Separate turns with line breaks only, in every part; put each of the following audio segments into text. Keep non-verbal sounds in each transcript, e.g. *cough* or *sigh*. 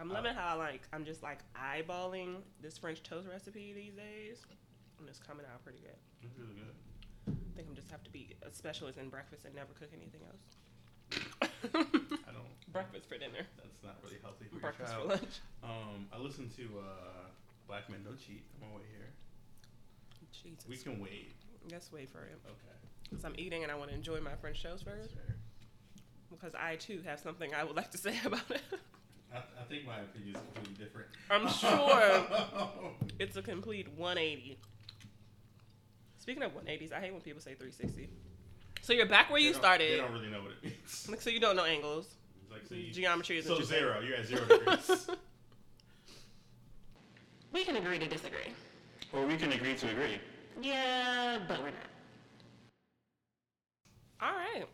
I'm loving how like I'm just like eyeballing this French toast recipe these days, and it's coming out pretty good.
It's really good.
I think I'm just have to be a specialist in breakfast and never cook anything
*laughs*
else.
I don't.
breakfast for dinner,
That's not really healthy for
breakfast
your
for
child.
*laughs* lunch.
Um, I listened to uh, Black Men Don't Cheat. I'm gonna wait here.
Jesus,
We can wait.
let's wait for it.
Okay.
Because I'm eating and I want to enjoy my French toast
That's
first.
fair.
Because I too have something I would like to *laughs* say about it.
I, I think my opinion is completely different. *laughs*
I'm sure it's a complete 180. Speaking of 180s, I hate when people say 360. So you're back where
They
you
don't- They
started.
don't really know what it
*laughs*
means.
Like, so you don't know angles.
It's like so, you,
Geometry is
so
interesting.
zero. You're at zero
*laughs*
degrees.
*laughs* We can agree to disagree.
or we can agree to agree.
Yeah, but we're not.
All right.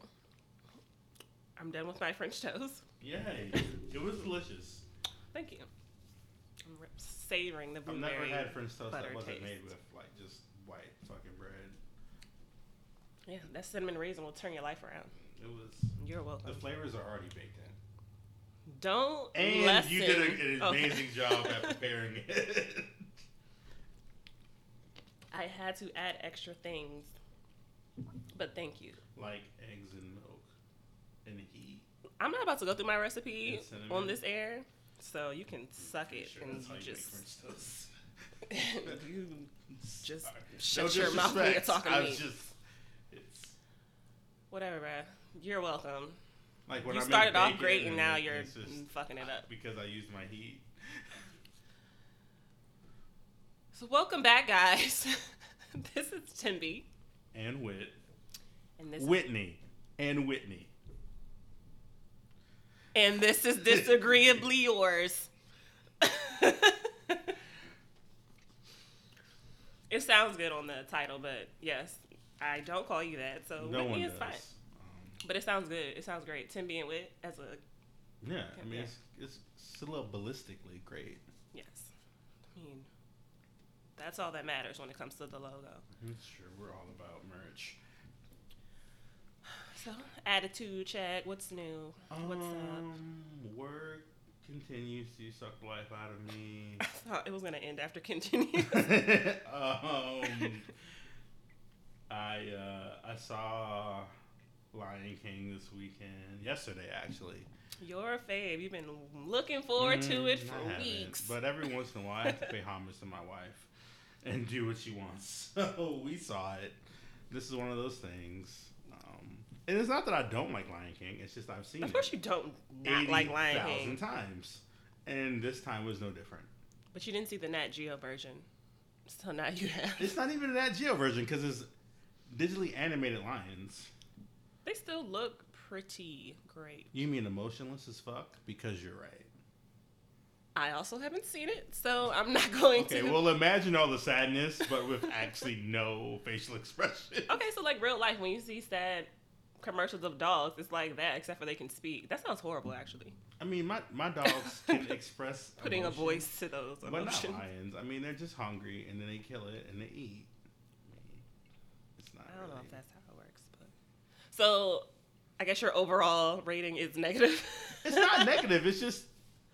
I'm done with my French toast.
Yay! It was delicious.
Thank you. I'm re- savoring the
I've never
blueberry.
had French toast
butter
that wasn't
taste.
made with like just white fucking bread.
Yeah, that cinnamon raisin will turn your life around.
It was.
You're welcome.
The flavors are already baked in.
Don't Oh.
And
lessen.
you did a- an
Okay. *laughs*
amazing job at preparing it. *laughs*
I had to add extra things, but thank you.
like eggs and milk and heat.
I'm not about to go through my recipe
And cinnamon.
on this air, so you can suck
Pretty
it
sure
and
that's how you
just
make French
*laughs*
toast. *laughs*
you just
Sorry.
shut your mouth when you're
disrespect.
talking
I
to me.
was just, it's
*laughs* Whatever, bruh. You're welcome.
like when
you
I make
started off
bacon
great, and now you're
it's just
fucking it
*laughs*
up.
because I used my heat.
So welcome back, guys. *laughs* this is Timby,
And Whit,
and this
Whitney, and Whitney.
and this is
*laughs*
disagreeably yours. *laughs* it sounds good on the title, but yes, I don't call you that, so
no
Whitney
one
is
does.
fine.
Um,
But it sounds good. It sounds great. Tim being with as a
yeah, I mean
Yeah.
it's it's syllabalistically great.
yes. I mean, that's all that matters when it comes to the logo.
Sure, we're all about merch.
So attitude check. What's new? What's up?
Um, Work continues to suck the life out of
*laughs*
me.
*laughs* I thought it was gonna end after *laughs* continue.
um, I uh, I saw Lion King this weekend. Yesterday, actually.
Your fave. You've been looking forward to it
Mm,
for
I haven't,
weeks.
But every once in a while, I have to pay homage to my wife and do what she wants. *laughs* So we saw it. This is one of those things. Um, and it's not that I don't like Lion King. It's just I've seen
of course,
it
you don't not like Lion
80,000
King,
times, and this time was no different.
but you didn't see the Nat Geo version, so now you have.
It's not even that Geo version because it's digitally animated lions.
They still look pretty great.
You mean emotionless as fuck? Because you're right.
I also haven't seen it, so I'm not *laughs* going
Okay,
to.
well, imagine all the sadness, but with actually no facial expression.
*laughs* Okay, so like real life, when you see sad commercials of dogs, it's like that, except for they can speak. That sounds horrible, actually.
I mean, my, my
*laughs*
dogs can express
Putting
emotion,
a voice to those
but not
emotions.
lions. I mean, they're just hungry and then they kill it and they eat. It's not.
I don't know
really-
if that's how it works, but so I guess your overall rating is negative.
It's
*laughs*
not negative. It's just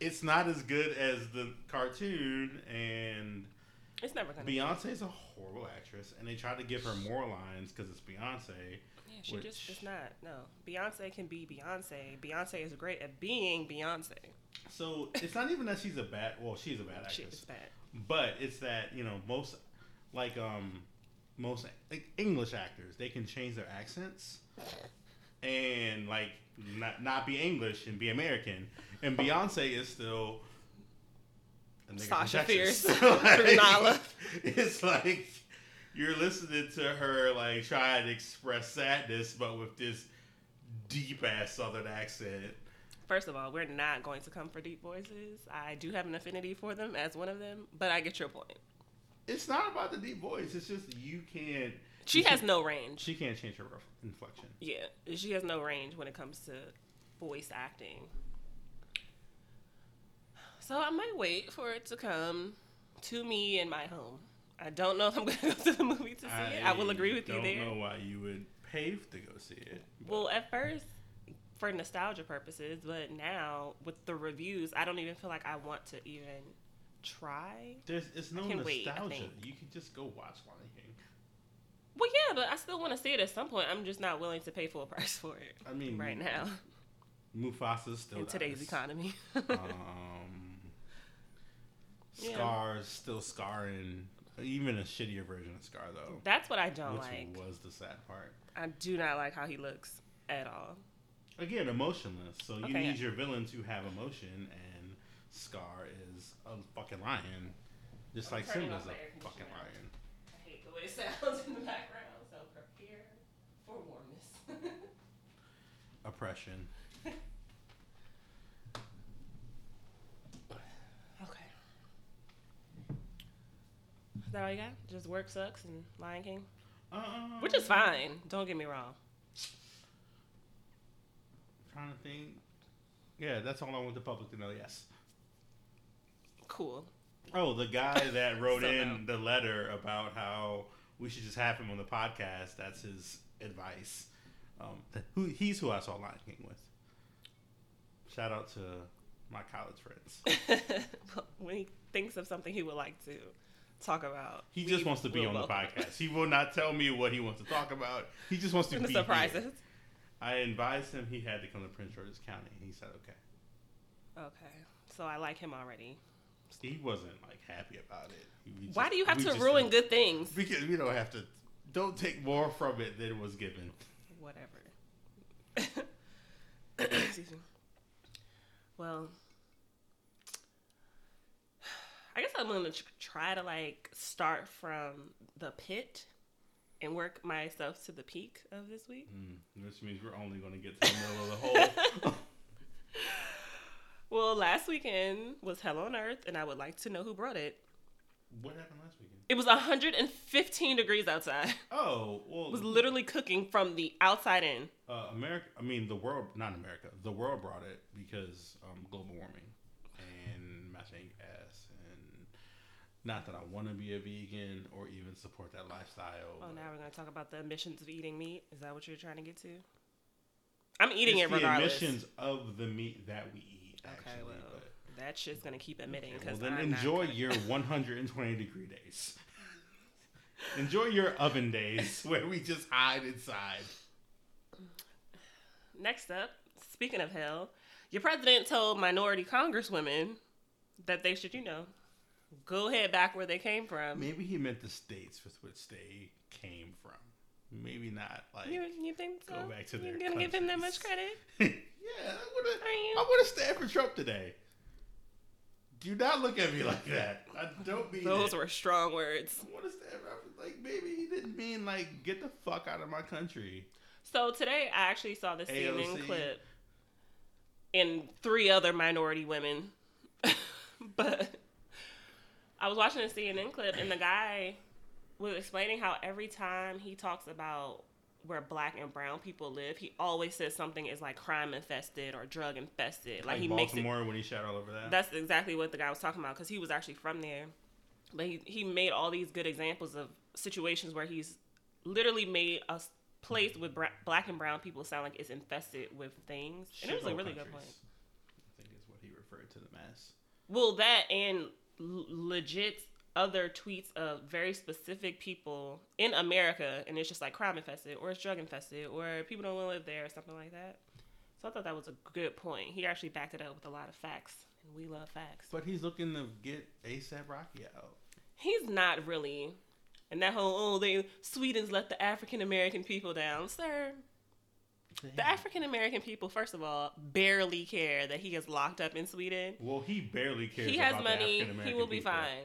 it's not as good as the cartoon and.
It's never gonna. be.
Beyonce is a horrible actress, and they tried to give her more lines because it's Beyonce.
Yeah, she just
which-
is not. No, Beyonce can be Beyonce. Beyonce is great at being Beyonce.
So it's not even that she's a bad. Well, she's a bad actress,
She is bad.
but it's that you know most, like um, most like English actors, they can change their accents, and like not not be English and be American. And Beyonce is still. a nigga from
Sasha
Texas. *laughs*
Fierce, Nala.
It's like you're listening to her like try and express sadness, but with this deep ass Southern accent.
First of all, we're not going to come for deep voices. I do have an affinity for them as one of them, but I get your point.
It's not about the deep voice. It's just you can't.
She
you
has
can't-
no range.
She can't change her ref- inflection.
Yeah, she has no range when it comes to voice acting. So I might wait for it to come to me in my home. I don't know if I'm *laughs* going to go to the movie to see it. I will agree with you
don't
there.
know why you would pave to go see it.
Well, at first, for nostalgia purposes, but now with the reviews, I don't even feel like I want to even try.
There's it's no
can
nostalgia.
wait, I think.
you can just go watch Lion King.
Well, yeah, but I still want to see it at some point. I'm just not willing to pay full price for
*laughs*
it
I mean,
right now
Mufasa's still
in today's
nice.
economy. *laughs*
*laughs* um,
Yeah.
Scar's still scarring. Even a shittier version of Scar though,
That's what I don't
which
like.
was the sad part.
I do not like how he looks at all.
Again, emotionless. So you
Okay.
need your villain to have emotion, and Scar is a fucking lion, just
I'm
like
turning
Simba's
off my air
a fucking
conditioner.
lion.
I hate the way it *laughs* sounds in the background, so prepare for warmness. *laughs*
Oppression.
okay. Is that all you got? Just work sucks and Lion King?
Um,
Which is fine. Don't get me wrong.
Trying to think. Yeah, that's all I want the public to know. Yes.
Cool. *laughs*
Oh, the guy that wrote
So
in the letter about how we should just have him on the podcast. That's his advice. Um, th- who he's who I saw Lion King with. Shout out to my college friends.
when he thinks of something he would like to talk about,
He
we
just wants to be
will
on the
*laughs* welcome
podcast. He will not tell me what he wants to talk about. He just wants to
it.
be
surprises.
Here. I advised him he had to come to Prince George's County. He said okay.
Okay. So I like him already.
He wasn't like happy about it. We
Why
just-
do you have
we
to
just-
ruin good things?
Because we don't have to. Don't take more from it than was given.
Whatever. Excuse me. Well, I guess I'm gonna tr- try to like start from the pit and work myself to the peak of this week.
Mm, which means we're only going to get to the middle
*laughs*
of the hole.
Well, last weekend was Hell on Earth, and I would like to know who brought it.
what happened last weekend?
It was 115 degrees outside. *laughs*
Oh,
It
well,
was literally cooking from the outside in.
uh, America. I mean, the world, not America. The world brought it because um, global warming and methane gas, and not that I want to be a vegan or even support that lifestyle.
Oh,
but
now we're gonna talk about the emissions of eating meat. Is that what you're trying to get to? I'm eating
it's
it regardless.
The emissions of the meat that we eat. Actually,
okay, well,
but-
that shit's gonna keep emitting.
Okay,
Cause
well, then
I'm not
enjoy
gonna- *laughs*
your 120 degree days. enjoy your oven days *laughs* where we just hide inside.
Next up, speaking of hell, your president told minority congresswomen that they should, you know, go head back where they came from.
Maybe he meant the states with which they came from. Maybe not like. *laughs*
You, you think so?
Go back to
you
their
gonna give him that much
countries.
credit?
yeah,
Are you?
I would have stand for Trump today. Do not look at me like that. I don't *laughs* mean
Those
it.
were strong words.
I want to stand. I was like, maybe he didn't mean like get the fuck out of my country.
So today I actually saw this CNN
AOC.
clip and three other minority women. *laughs* but I was watching a CNN clip and the guy was explaining how every time he talks about where black and brown people live, he always says something is like crime infested or drug infested. Like,
Like,
he makes it
Baltimore when he shot all over that.
that's exactly what the guy was talking about because he was actually from there. But he, he made all these good examples of situations where he's literally made a s- place with bra- black and brown people sound like it's infested with things. And it was a
Shithole
really good
countries,
point.
I think is what he referred to them as.
Well, that and l- legit other tweets of very specific people in America, and it's just like crime infested or it's drug infested or people don't want to live there or something like that. So I thought that was a good point. He actually backed it up with a lot of facts, and we love facts.
But he's looking to get ASAP Rocky out.
he's not really and that whole oh they sweden's let the african american people down sir the african american people first of all barely care that he is locked up in sweden
well, he barely cares.
he has
about
money
The
he will be
people.
fine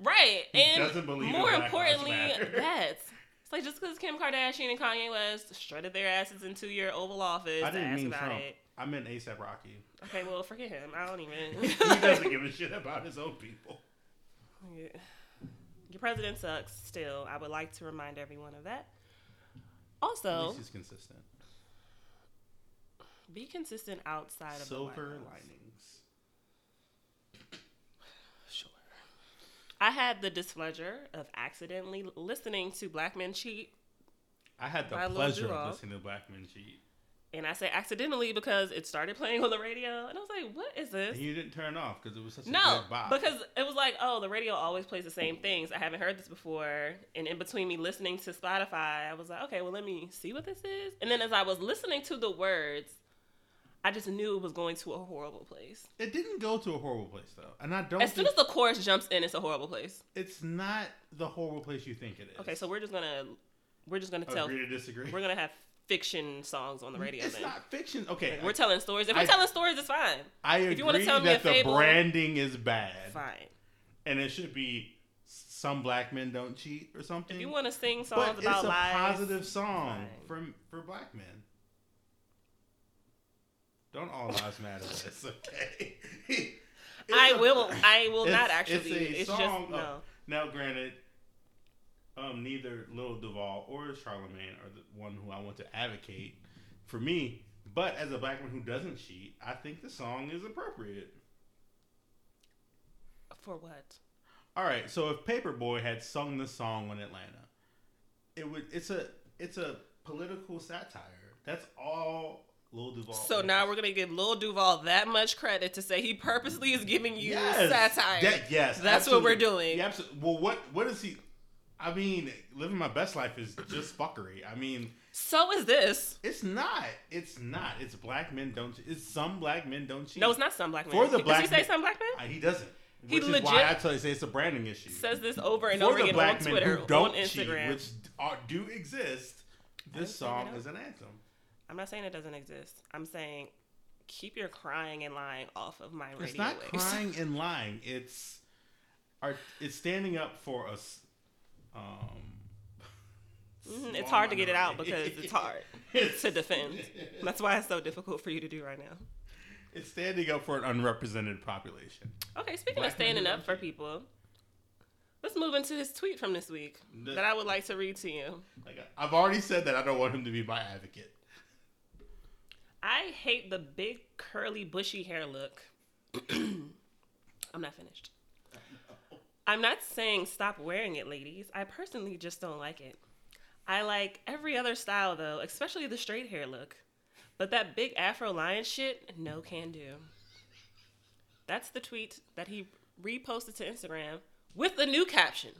right and
doesn't believe in
more
Black Lives
importantly
Matter. *laughs*
that's it's like just because kim kardashian and kanye west strutted their asses into your oval office
I
to
didn't
ask
mean
about
Trump.
it
I meant ASAP
*laughs*
Rocky.
okay well forget him i don't even
*laughs* he doesn't give a shit about his own people.
Yeah. Your president sucks still. I would like to remind everyone of that.
At
Also,
least he's consistent.
be consistent outside of the
Silver
White House.
linings.
Sure. I had the displeasure of accidentally listening to Black Men Cheat
I had the
By Lil
pleasure
Duval.
of listening to Black Men Cheat.
And I say accidentally because it started playing on the radio, and I was like, "What is this?"
And you didn't turn it off because it was such a
No,
good vibe.
because it was like, oh, the radio always plays the same things. I haven't heard this before. And in between me listening to Spotify, I was like, okay, well, let me see what this is. And then as I was listening to the words, I just knew it was going to a horrible place.
it didn't go to a horrible place though, and I don't.
As soon
think
as the chorus jumps in, it's a horrible place.
it's not the horrible place you think it is.
Okay, so we're just gonna, we're just gonna tell,
agree to disagree.
we're gonna have fiction songs on the radio.
it's
then.
not fiction. Okay,
We're telling stories. If we're
I-
telling stories, it's fine.
I agree
if you wanna tell me
that
a
the
fable-
branding is bad,
Fine.
and it should be some black men don't cheat or something.
If you want to sing songs
but
about
it's a
lies,
positive song
fine.
for for black men. Don't all lives
*laughs*
matter? That's okay. *laughs* It's
I
a-
will. I will
It's-
not actually.
It's, a
It's,
song
just
of-
no.
Now, granted, um, neither Little Duval or Charlemagne are the one who I want to advocate for me. But as a black man who doesn't cheat, I think the song is appropriate.
For what?
All right, so if Paperboy had sung the song on Atlanta, it would. It's a. It's a political satire. That's all Lil Duval.
So
is.
now we're gonna give Lil Duval that much credit to say he purposely is giving you satire.
That- yes,
That's what we're
absolutely.
doing.
Yeah, absolutely. Well, what what is he? I mean, living my best life is just fuckery. I mean,
So is this?
it's not. It's not. It's black men don't. che- It's some black men don't cheat.
No, it's not some black man.
For the black
Does he say
man-
some black man?
Uh, He doesn't.
He
which is why I
legit
tell you, say it's a branding issue.
Says this over and
For
over
the
again on
black men
Twitter,
who don't
on Instagram.
cheat, which d- are, do exist, this
I didn't
song
figure it
is an anthem.
I'm not saying it doesn't exist. I'm saying keep your crying and lying off of my radio
It's not
waves. *laughs*
crying and lying. It's are it's standing up for us. Um,
Mhm, It's hard to get it out because
*laughs*
it's hard
It's-
to defend. That's why it's so difficult for you to do right now.
*laughs* It's standing up for an unrepresented population.
Okay, speaking
Black
of
men who
standing
don't
up for people, let's move into his tweet from this week
The-
that I would like to read to you.
Like I've already said that I don't want him to be my advocate.
I hate the big curly bushy hair look. *clears throat* I'm not finished. I'm not saying stop wearing it, ladies. I personally just don't like it. I like every other style though, especially the straight hair look. But that big afro lion shit, no can do. That's the tweet that he reposted to Instagram with a new caption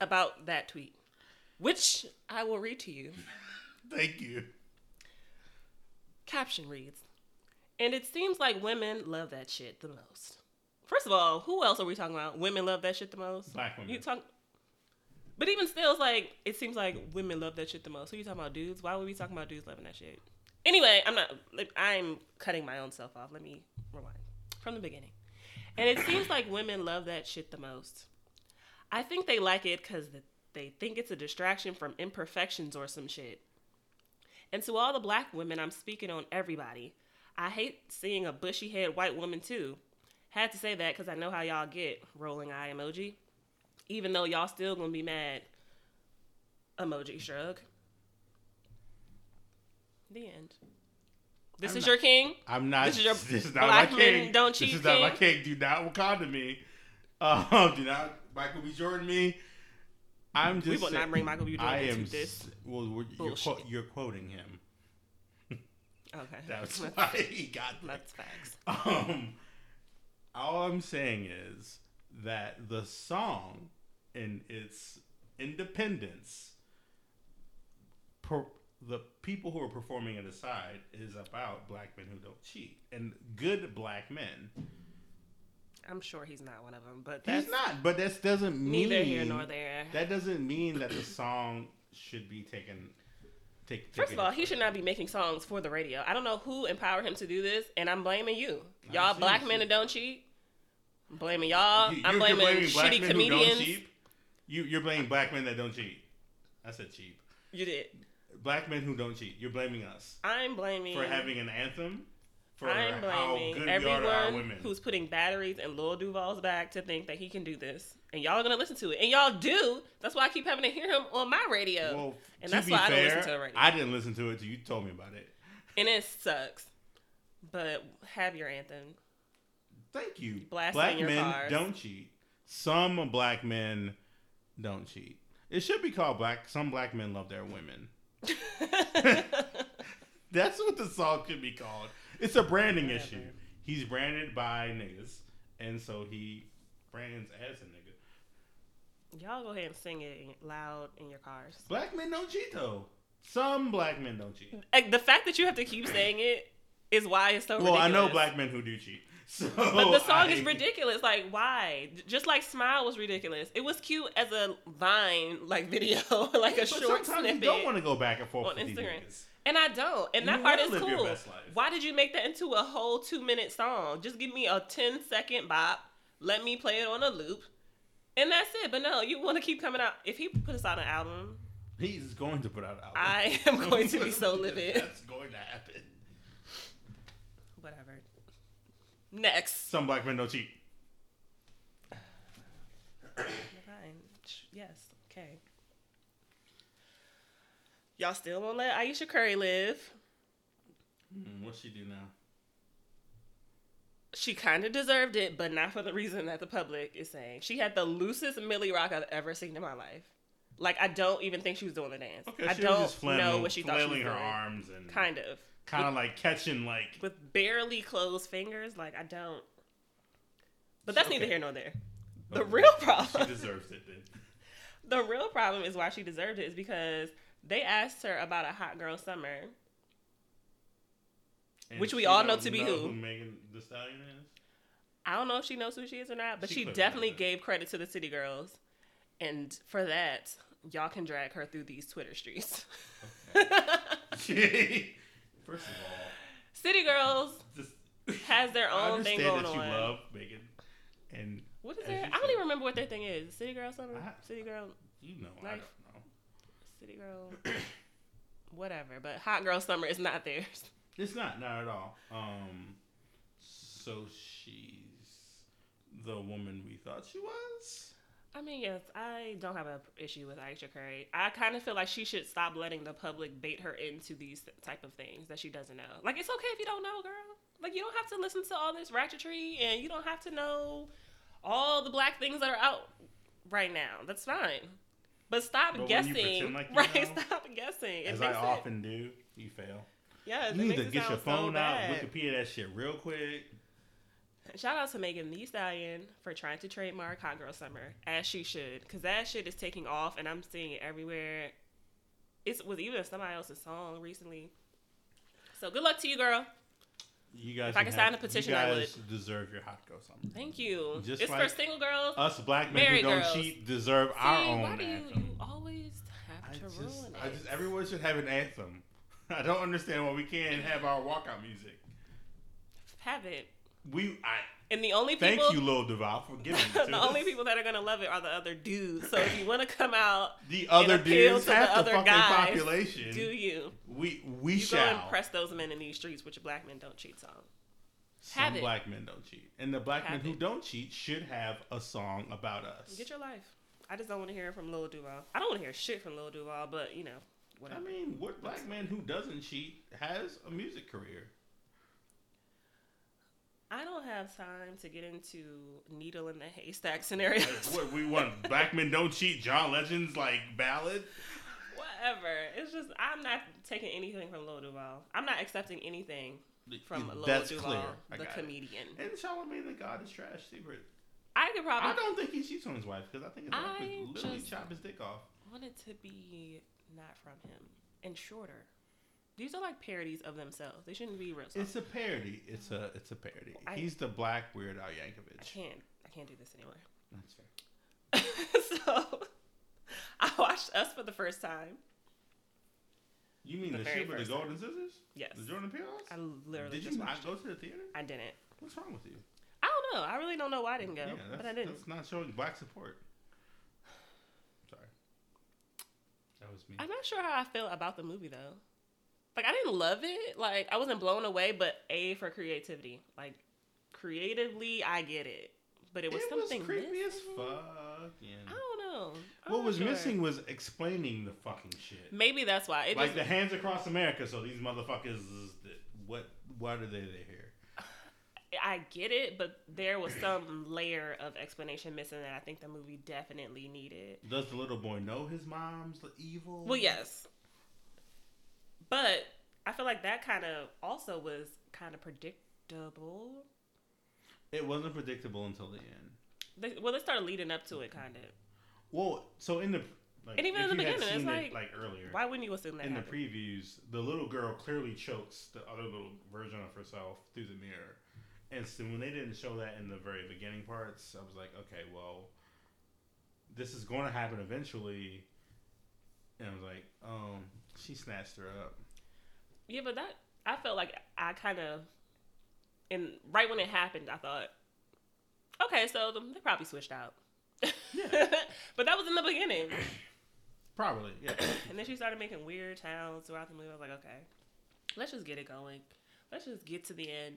about that tweet, which I will read to you.
Thank you.
Caption reads, and it seems like women love that shit the most. First of all, who else are we talking about? Women love that shit the most.
Black women.
You talk, but even still, it's like it seems like women love that shit the most. Who you talking about, dudes? Why would we talking about dudes loving that shit? Anyway, I'm not. Like, I'm cutting my own self off. Let me rewind from the beginning. And it seems like women love that shit the most. I think they like it because they think it's a distraction from imperfections or some shit. And to all the black women, I'm speaking on everybody. I hate seeing a bushy head white woman too. Had to say that because I know how y'all get, rolling eye emoji. Even though y'all still gonna be mad, emoji shrug. The end. This
I'm
is
not-
your king?
I'm not.
This is
*laughs* not
your black
my
men
king.
don't
This
cheat
is not my
king?
king. Do not Wakanda me. *laughs* Um, do not Michael B. Jordan me. I'm just.
We will not bring Michael B. Jordan
I
into
am.
this
s- Well, we're- you're,
bullshit.
quote, you're quoting
*laughs*
him.
Okay.
That's why he got there.
*laughs* That's facts.
Um, all I'm saying is that the song in its independence, per, the people who are performing it aside, is about black men who don't cheat and good black men.
I'm sure he's not one of them, but that's
He's not, but that doesn't mean
neither here nor there.
That doesn't mean that the song should be taken. Take,
First
taken-
of all, he should not be making songs for the radio. I don't know who empowered him to do this, and I'm blaming you. Y'all
see,
black
see.
men that don't cheat. I'm blaming y'all.
You-
I'm
you're
blaming,
black
shitty
men who don't
comedians.
cheat. You, you're blaming black men that don't cheat. I said cheap.
You did.
black men who don't cheat. You're blaming us
I'm blaming.
for having an anthem. For
I'm
how
blaming
good we are to our
everyone
women.
who's putting batteries in Lil Duval's back to think that he can do this, and y'all are gonna listen to it, and y'all do. That's why I keep having to hear him on my radio,
well, to
and that's
be
why I
fair,
don't listen to it right now.
I didn't listen to it till you told me about it.
and it sucks. But have
*laughs*
your anthem. *laughs*
Thank you.
Blasting
black
your
men
cars.
don't cheat. Some black men don't cheat. It should be called black. Some black men love their women. That's what the song could be called. It's a branding issue. He's branded by niggas, and so he brands as a nigga.
Y'all go ahead and sing it in- loud in your cars.
Black men don't cheat though. Some black men don't cheat.
Like, the fact that you have to keep saying it is why it's so
Well, I
ridiculous.
know black men who do cheat. So
But the song is
I-
ridiculous. Like, why? J- Just like "Smile" was ridiculous. It was cute as a Vine like video, *laughs* like a
But sometimes
short snippet.
you don't want to go back and forth
on
with these
Instagram.
niggas.
And I don't. And
You
that part
wanna
is
live your
cool.
best life.
Why did you make that into a whole two minute song? Just give me a 10 second bop. Let me play it on a loop. And that's it. But no, you want to keep coming out. If he puts out an album,
He's going to put out an album.
I *laughs*
*laughs*
am going to be so livid.
That's going to happen.
Whatever. Next.
Some black men don't cheat.
Fine. Sh- Yes. Okay. Y'all still won't let Aisha Curry live.
Mm, what's she do now?
She kind of deserved it, but not for the reason that the public is saying. She had the loosest Millie Rock I've ever seen in my life. Like I don't even think she was doing the dance.
Okay,
I
she
don't
was just flailing,
know what she thought she was
flailing
doing.
her arms and
Kind of
kind of like catching like.
with barely closed fingers. Like I don't. But that's neither
Okay.
here nor there. The
Okay.
real
Oh, She
problem.
deserves it
*laughs*
then.
the real problem is why she deserved it is because they asked her about a hot girl summer.
And
Which we
she
all know
don't
to be who.
Megan Thee Stallion is.
I don't know if she knows who she is or not, but
She
she,
clearly
definitely
knows that.
gave credit to the City Girls. And for that, y'all can drag her through these Twitter streets. *laughs*
*laughs* First of all,
City Girls
just
has their
I
own thing
understand
going
that
on.
you love Megan, and
What is
as
their?
you
I don't
said.
even remember what their thing is. City Girl something?
I-
City Girl,
you know I don't
Life.
know.
City Girl, whatever. But Hot Girl Summer is not theirs.
It's not not at all. Um, so she's the woman we thought she was.
I mean, yes, I don't have an issue with Aisha Curry. I kind of feel like she should stop letting the public bait her into these type of things that she doesn't know. Like, it's okay if you don't know, girl. Like, you don't have to listen to all this ratchetry and you don't have to know all the black things that are out right now. That's fine. But stop
But when you
guessing.
pretend like you
*laughs* right,
know,
stop guessing. It
As I
makes it-
often do, you fail.
yes,
You
it
need to
makes it
get your
sound so
phone out,
bad.
Wikipedia that shit real quick.
Shout out to Megan Thee Stallion for trying to trademark Hot Girl Summer, as she should, because that shit is taking off, and I'm seeing it everywhere. It was even somebody else's song recently. So good luck to you, girl.
You guys,
If I could
can
sign
have-
a petition,
you
I
guys deserve your hot girl summer.
Thank you.
Just
it's for
like
single girls.
Us black men
Married
who don't
girls.
cheat deserve our
See,
own
why do you,
anthem.
you always have
I
to
just,
ruin
I
it?
just, everyone should have an anthem. *laughs* I don't understand why we can't have our walkout music.
have it.
We, I
And the only
thank
people, *laughs*
you, Lil Duval, for giving it to
the
us.
only people that are gonna love it are the other dudes. So if you want to come out,
the other
appeal
dudes,
to the
half the,
other
fucking
guys,
population.
do you?
We, we
You go
shall.
and press those men in these streets with your black men don't cheat song.
Some
have it.
black men don't cheat, and the black
Have
men who
it.
don't cheat should have a song about us.
Get your life. I just don't want to hear it from Lil Duval. I don't want to hear shit from Lil Duval, but you know,
I
whatever.
mean, what black man who doesn't cheat has a music career?
I don't have time to get into needle in the haystack scenarios.
Like, what we want? black men don't cheat. John Legend's like ballad.
*laughs* whatever. It's just I'm not taking anything from Lil Duval. I'm not accepting anything from Lil
That's
Duval,
clear. I
the
got it.
comedian.
And Charlamagne the God is trash secret.
I could probably
I don't think he cheats on his wife because I think his wife
I
would literally
just-
chop his dick off.
want it to be not from him and shorter. These are like parodies of themselves. They shouldn't be real. songs.
It's a parody. It's a it's a parody.
I-
He's the black Weird Al
I
Yankovic.
can't. I can't do this anymore.
That's fair.
*laughs* so I watched Us for the first time.
You mean
The
the,
very
shit with the
first
golden scissors?
Yes.
The Jordan Peele?
I literally
Did
just
you
watched
not go to the theater?
it. I didn't.
What's wrong with you?
I don't know. I really don't know why I didn't go,
yeah, that's,
but I didn't.
that's not showing black support. Sorry. That was me.
I'm not sure how I feel about the movie though. Like I didn't love it. Like I wasn't blown away, but A for creativity. Like creatively, I get it, but it was something
creepy as
missing.
fuck. Yeah.
I don't know. I'm
What
not
was
sure.
missing was explaining the fucking shit.
Maybe that's why it
Like
just
the hands across America. So these motherfuckers, is the- what? Why are they here?
I get it, but there was some layer of explanation missing that I think the movie definitely needed.
Does the little boy know his mom's the evil?
Well, yes. But I feel like that kind of also was kind of predictable.
It wasn't predictable until the end.
They, well, they started leading up to it, kind of.
Well, so in the like,
And even
if
in the
you had
beginning, it's
seen it,
like,
earlier
Why wouldn't you assume that?
in the
happened?
previews, the little girl clearly chokes the other little version of herself through the mirror. And so when they didn't show that in the very beginning parts, I was like, okay, well, this is going to happen eventually. And I was like, um, she snatched her up.
yeah, but that I felt like I kind of, and right when it happened, I thought, okay, so th- they probably switched out. *laughs* but that was in the beginning,
Probably, yeah.
*laughs* and then she started making weird sounds throughout the movie. I was like, okay, let's just get it going. Let's just get to the end.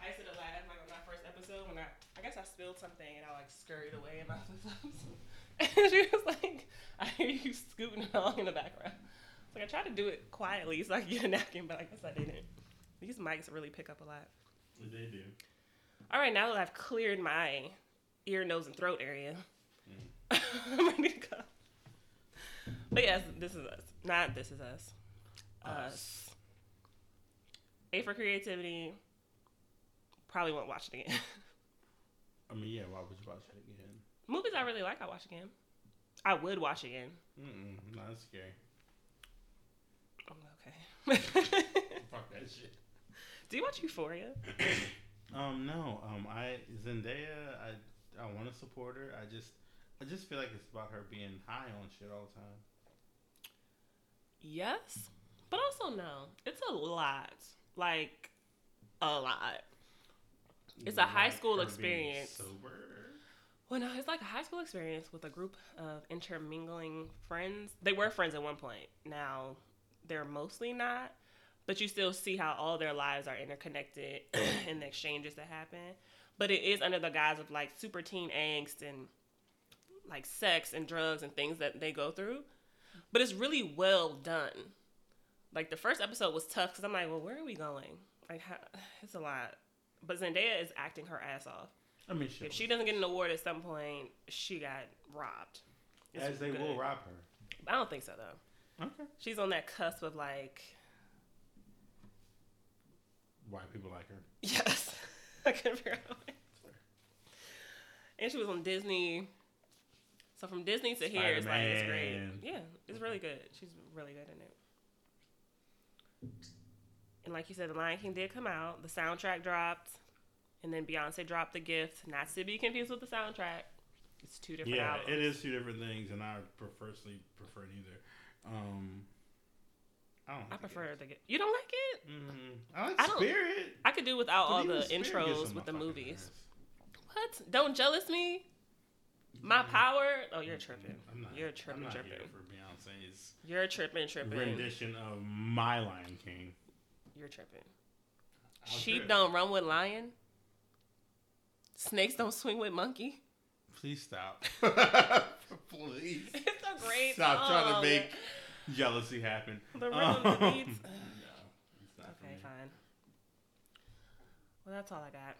I used to laugh like on my first episode when I I guess I spilled something and I like scurried away *laughs* and I was and *laughs* she was like, I hear you scooting along in the background. It's like I tried to do it quietly so I could get a napkin, but I guess I didn't. These mics really pick up a lot.
they do.
All right, now that I've cleared my ear, nose, and throat area, *laughs* I'm ready to go. But yes, this is us. Not this is us. Us. A for creativity. Probably won't watch it again. *laughs*
I mean, yeah, why would you watch it again?
Movies I really like, I watch again. I would watch again.
Mm-mm, nah, that's scary.
Oh, Okay. *laughs*
Fuck that shit.
Do you watch Euphoria?
Um, no. Um, I Zendaya. I I want to support her. I just I just feel like it's about her being high on shit all the time.
Yes, but also no. It's a lot. Like, a lot. It's a high school
her being
experience.
sober.
Well, no, it's like a high school experience with a group of intermingling friends. They were friends at one point. Now they're mostly not, but you still see how all their lives are interconnected *clears throat* and the exchanges that happen. But it is under the guise of like super teen angst and like sex and drugs and things that they go through. But it's really well done. Like the first episode was tough because I'm like, well, where are we going? Like, how, *sighs* it's a lot. But Zendaya is acting her ass off.
I mean, shit.
If she doesn't get an award at some point, she got robbed. It's
as they
good.
will rob her.
I don't think so though.
Okay.
She's on that cusp of like, *laughs*
Why people like her?
yes, *laughs* I couldn't figure out. what it- And she was on Disney. So from Disney to here, it's like it's great.
Spider-Man.
Yeah, it's really good. She's really good in it. And like you said, The Lion King did come out. The soundtrack dropped, and then Beyonce dropped The Gift. Not to be confused with the soundtrack. It's two different
Yeah,
albums.
it is two different things, and I preferably prefer neither. Um, I don't.
I
like the
prefer
games.
the gift. You don't like it?
Mhm. I like
I don't-
Spirit.
I could do without
but
all
even
the
Spirit gets on
intros
my
with the
fucking
movies.
nerves.
What? Don't jealous me. My power. Oh, you're tripping.
I'm not,
You're tripping,
I'm not
tripping.
here for Beyonce's
You're tripping, tripping.
rendition of my Lion King.
You're tripping.
I'll
Sheep
trip.
don't run with lion. Snakes don't swing with monkey.
Please stop. Please
*laughs* It's a great
stop trying
song.
to make jealousy happen.
The rhythm, the
Um,
beats.
*laughs* No, it's not for
Okay,
me.
fine. Well, that's all I got.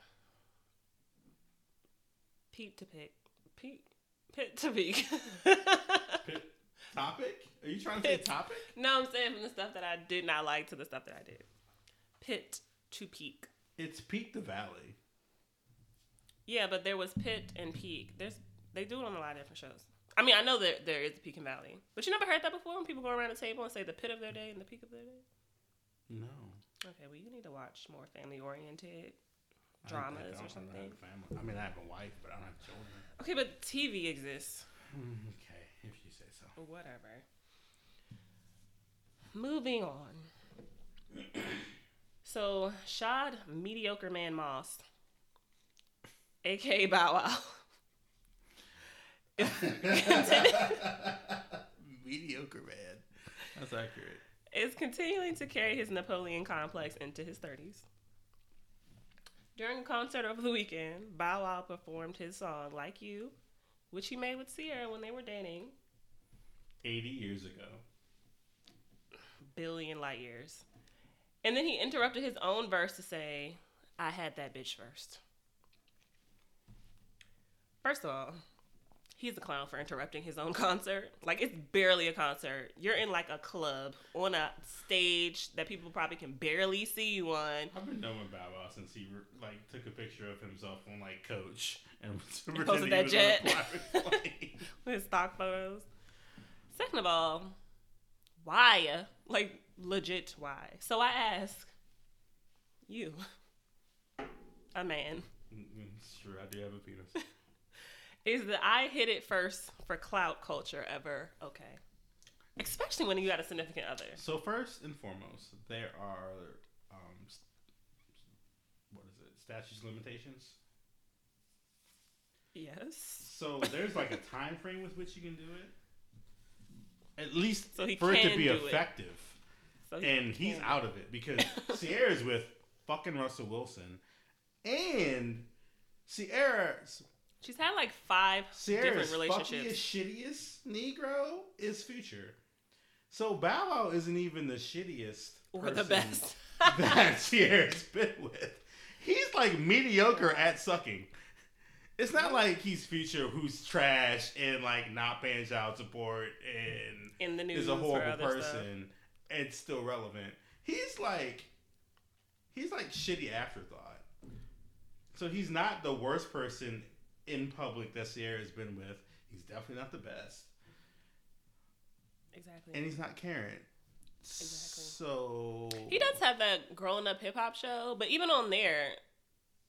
Peep to pick. Peep. Pit to peek. *laughs*
Pit- Topic? Are you trying to say
Pit.
topic?
No, I'm saying from the stuff that I did not like to the stuff that I did. Pit to peak.
It's Peak the Valley.
Yeah, but there was pit and peak. There's they do it on a lot of different shows. I mean, I know that there is the peak and valley, but you never heard that before when people go around the table and say the pit of their day and the peak of their day.
No.
Okay, well you need to watch more family oriented
I-
dramas
I, don't
or
have a
something.
family. I mean, I have a wife, but I don't have children.
Okay, but TV exists. Hmm.
Mm, Okay, if you say
*laughs*
so. *laughs*
Whatever. Moving on. *coughs* so Shad Mediocre Man Moss, aka Bow Wow.
Mediocre man. That's accurate.
is continuing to carry his Napoleon complex into his 30s. During a concert over the weekend, Bow Wow performed his song Like You, which he made with Sierra when they were dating,
80 years ago.
billion light years. And then he interrupted his own verse to say, I had that bitch first. First of all, he's a clown for interrupting his own *laughs* concert. Like it's barely a concert. You're in like a club on a stage that people probably can barely see you on.
I've been knowing Bow Wow since he like took a picture of himself on like Coach and *laughs*
Posted
pretended
that
he was on a
jet. *laughs*
private plane.
with his stock photos. Second of all, why? Like legit why? So I ask you, a man,
Mm, it's true, I do have a penis.
is the I hit it first for clout culture ever okay? Especially when you got a significant other.
So first and foremost, there are um, s- what is it? Statutes of limitations.
Yes.
So there's like a
*laughs*
time frame with which you can do it. At least
So he
for it to
can
be
do it. Oh,
effective.
So
And he's out of it
*laughs*
because Sierra's with fucking Russell Wilson. And Sierra's
She's had like five
Sierra's
different relationships.
fuckiest, shittiest Negro is future. So Bow Wow isn't even the shittiest
Or the
person
best.
*laughs* that Sierra's been with. He's like mediocre at sucking. It's not like he's future who's trash and like not paying child support and
*laughs* In the news
is a
or
horrible
other stuff.
person and still relevant. He's like he's like shitty afterthought. So he's not the worst person in public that Sierra's been with. He's definitely not the best.
Exactly.
And he's not Karen.
Exactly.
So
He does have that grown up hip hop show, but even on there,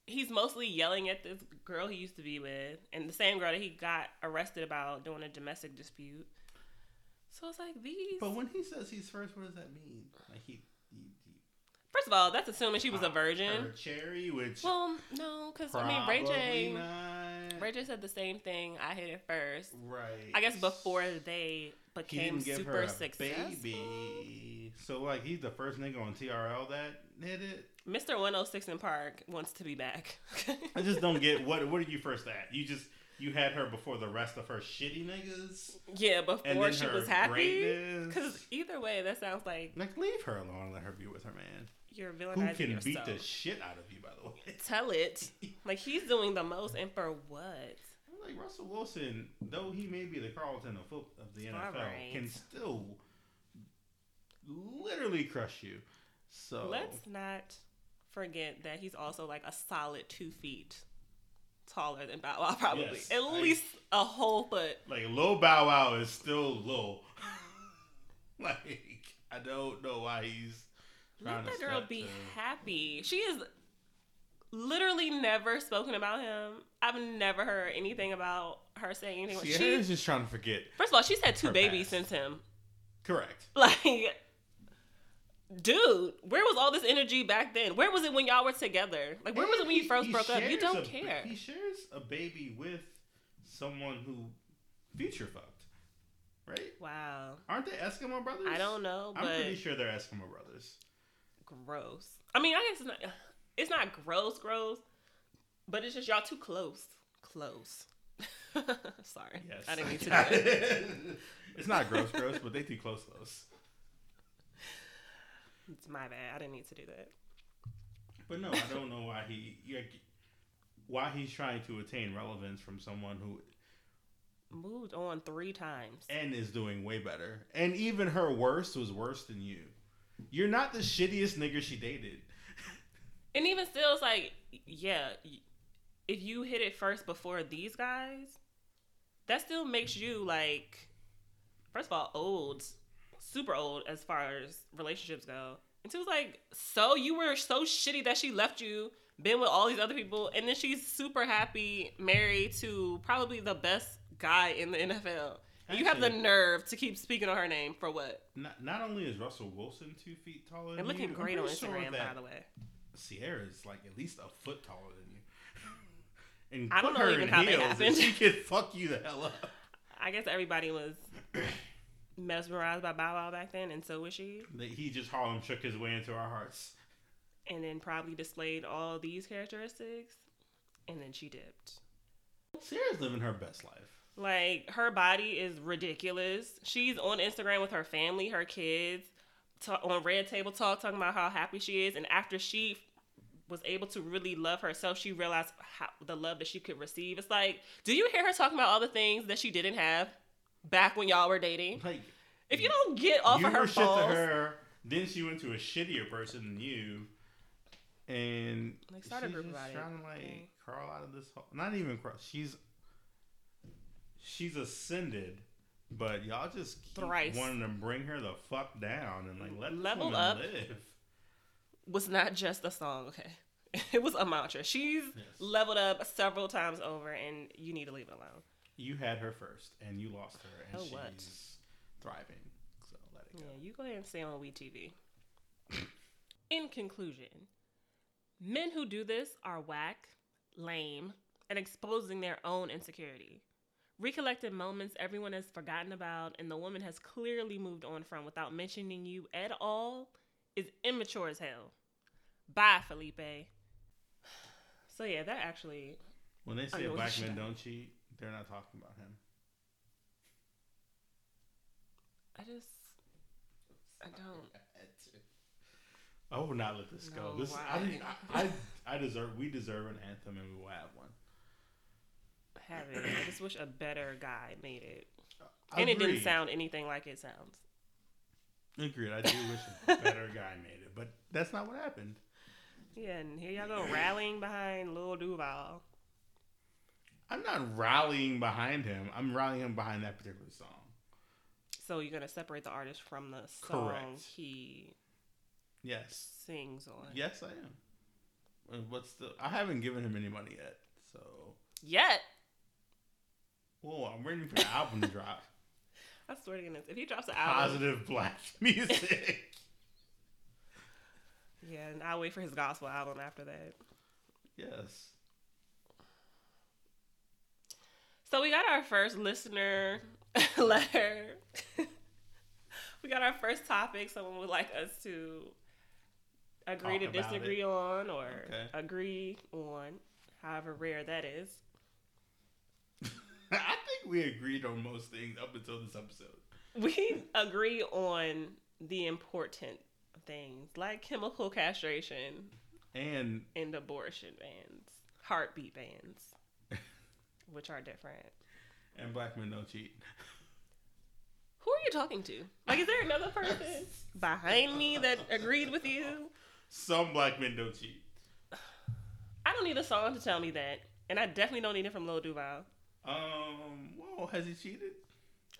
he's mostly yelling at this girl he used to be with and the same girl that he got arrested about doing a domestic dispute. So it's like these.
But when he says he's first, what does that mean? Like he, he, he
First of all, that's assuming she was a
popped Ah, her
virgin.
cherry, which
Well, no, because I
probably
mean, Ray J.
not.
Ray J said the same thing. I hit it first.
right.
I guess before they
he
became
didn't give
super
her a
successful.
baby. So like he's the first nigga on TRL that hit it.
Mr. 106 in Park wants to be back. *laughs*
I just don't get what what are you first at? You just you had her before the rest of her shitty niggas,
yeah,
and
before
then
she
her
was happy.
greatness.
Because either way, that sounds like
Like leave her alone, and let her be with her man,
you're
who
villainizing
can
yourself.
beat the shit out of you. By the way,
Tell it. Like he's doing the most, and for what?
I'm Like Russell Wilson, though he may be the Carlton of, foot, of the
All
NFL,
right.
can still literally crush you. So
Let's not forget that he's also like a solid two feet taller than Bow Wow, probably
Yes,
at
I-
least a whole foot.
like low Bow Wow is still low. *laughs* like I don't know why he's
Let
trying
that
to
girl
step
be
to-
happy. She is literally never spoken about him. I've never heard anything about her saying anything.
Sierra's
she,
just trying to forget.
first of all, she's had two
her
babies
past.
since him.
Correct.
*laughs* Like, dude, where was all this energy back then? Where was it when y'all were together? Like, where was it when you
He-
first
he
broke up? You
shares
don't
a-
care.
He shares a baby with someone who future fucked, right?
Wow.
Aren't they Eskimo brothers?
I don't know,
I'm
but
pretty sure they're Eskimo brothers.
gross. I mean, I guess it's not, it's not gross, gross, but it's just y'all too close. Close. *laughs* Sorry.
Yes. *laughs*
I didn't mean to do that.
it's not gross, gross, but they too close, close.
It's my bad. I didn't need to do that.
But no, I don't know why he, like, why he's trying to attain relevance from someone who
Moved on three times.
and is doing way better. And even her worst was worse than you. You're not the shittiest nigga she dated.
And even still, it's like, yeah, y- if you hit it first before these guys, that still makes you like, first of all, old, super old as far as relationships go. And two, it's like, so you were so shitty that she left you, been with all these other people, and then she's super happy, married to probably the best guy in the NFL. And you have the
Actually-
nerve to keep speaking on her name for what?
Not, not only is Russell Wilson two feet taller than
And looking
you,
great
I'm
on
pretty
Instagram,
sure
by
that
the way.
Sierra is like at least a foot taller than you. *laughs* And
I don't
put
know
her
even
in
how that
heels and
happened.
she can fuck you the hell up.
I guess everybody was mesmerized by Bow Wow back then, and so was she.
that he just Harlem shook his way into our hearts.
And then probably displayed all these characteristics, and then she dipped.
Sierra's living her best life.
Like her body is ridiculous. She's on Instagram with her family, her kids, ta on Red Table Talk, talking about how happy she is. And after she was able to really love herself, she realized how, the love that she could receive. It's like, do you hear her talking about all the things that she didn't have back when y'all were dating?
Like
If you don't get off
you
of her
were shit to
balls,
her, then she went to a shittier person than you, and
Like, start a
she's
group
just
about it.
trying to like
Yeah.
crawl out of this hole. Not even crawl. She's she's ascended, but y'all just keep
Thrice.
wanting to bring her the fuck down and like let this
Level
woman
up.
live.
was not just a song, okay? *laughs* It was a mantra. She's leveled up several times over, and you need to leave it alone.
You had her first, and you lost her, and
Oh,
she's
what?
thriving. So let it
Yeah,
go.
you go ahead and stay on Wii TV. *coughs* In conclusion, men who do this are whack, lame, and exposing their own insecurity. Recollecting moments everyone has forgotten about and the woman has clearly moved on from without mentioning you at all is immature as hell. Bye, Felipe. *sighs* So yeah, that actually
When they say
know what
black
she
men
done.
don't cheat, they're not talking about him.
I just I don't
I will not let this go.
No,
This I,
why?
I, I I deserve. We deserve an anthem, and we will have one.
have it. I just wish a better guy made it.
I
And it didn't
agree.
sound anything like it sounds.
Agreed. I do wish a better guy made it, but that's not what happened.
Yeah, and here y'all go rallying behind Lil Duval.
I'm not rallying behind him. I'm rallying him behind that particular song.
So you're gonna separate the artist from the song
Correct.
he
Yes.
sings on.
Yes, I am. Uh, What's the? I haven't given him any money yet, so.
Yet,
Well, I'm waiting for the album to drop.
I swear to goodness, if he drops an *laughs* album,
Positive black *laughs* music.
yeah, and I'll wait for his gospel album after that.
yes. *laughs*
So we got our first listener *laughs* letter. *laughs* we got our first topic someone would like us to agree
Talk
to
about
disagree
it.
on or
Okay.
agree on, however rare that is. *laughs*
I think we agreed on most things up until this episode.
we agree on the important things like chemical castration
And
and abortion bans, heartbeat bans,
*laughs*
which are different.
and black men don't cheat.
Who are you talking to? Like, is there
*laughs*
another person behind me that agreed with you?
Some black men don't cheat.
I don't need a song to tell me that, and I definitely don't need it from Lil Duval.
Um, whoa, has he cheated?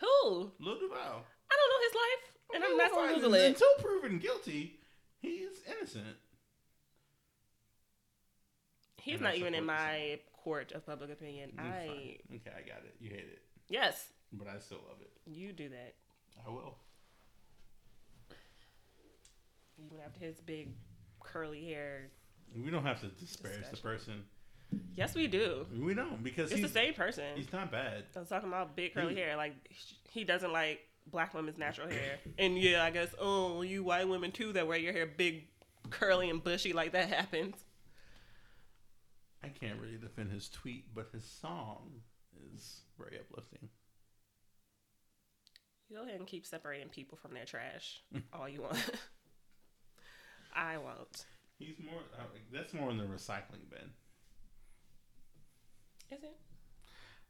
Who?
Lil Duval.
I don't know his life, and I'm not gonna Google it.
Until proven guilty, he is innocent.
He's
And
not
I
even in
support
my court of public opinion.
It's
I
fine. Okay, I got it. You hate it,
yes,
but I still love it.
you do that.
I will.
Even after his big curly hair.
We don't have to disparage the
Discussion.
person.
Yes, we do.
We don't because
It's the
he's,
same person.
he's not bad.
I'm talking about big curly
He-
hair. Like he doesn't like black women's natural hair. And yeah, I guess oh, you white women too that wear your hair big, curly and bushy like that happens.
I can't really defend his tweet, but his song is very uplifting.
You Go ahead and keep separating people from their trash all you want. I won't.
He's more. Uh, that's more in the recycling bin.
Is it?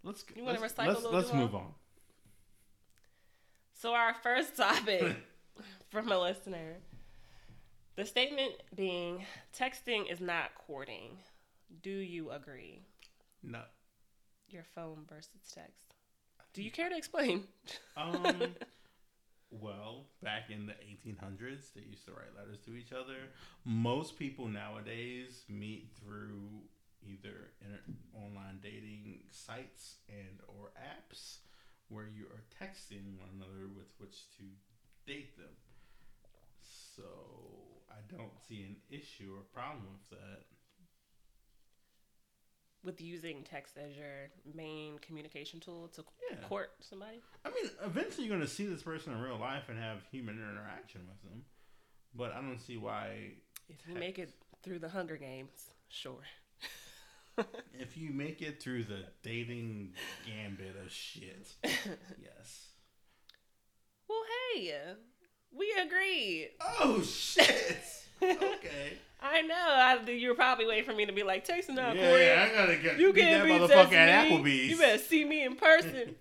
Let's.
You wanna
let's-
recycle
Let's,
Lil
let's
Duval?
move on.
So our first
*laughs*
topic from a listener. The statement being texting is not courting. Do you agree?
No.
your phone versus text. Do you care to explain?
Um, well, back in the 1800s, they used to write letters to each other. Most people nowadays meet through either inter- online dating sites and or apps where you are texting one another with which to date them. So I don't see an issue or problem with that.
*laughs* With using text as your main communication tool to
Yeah.
court somebody?
I mean, eventually you're going to see this person in real life and have human interaction with them, but I don't see why
If you make it through the Hunger Games, sure.
If you make it through the dating gambit of shit, yes.
Well, hey, we agreed.
Oh shit! Okay.
I know. I, you were probably waiting for me to be like, Texas, now,
yeah,
Corey.
yeah, I gotta get
You
beat
can't
that
be
motherfucker
texting
at
me.
Applebee's.
You
*laughs*
better *laughs* see me in person.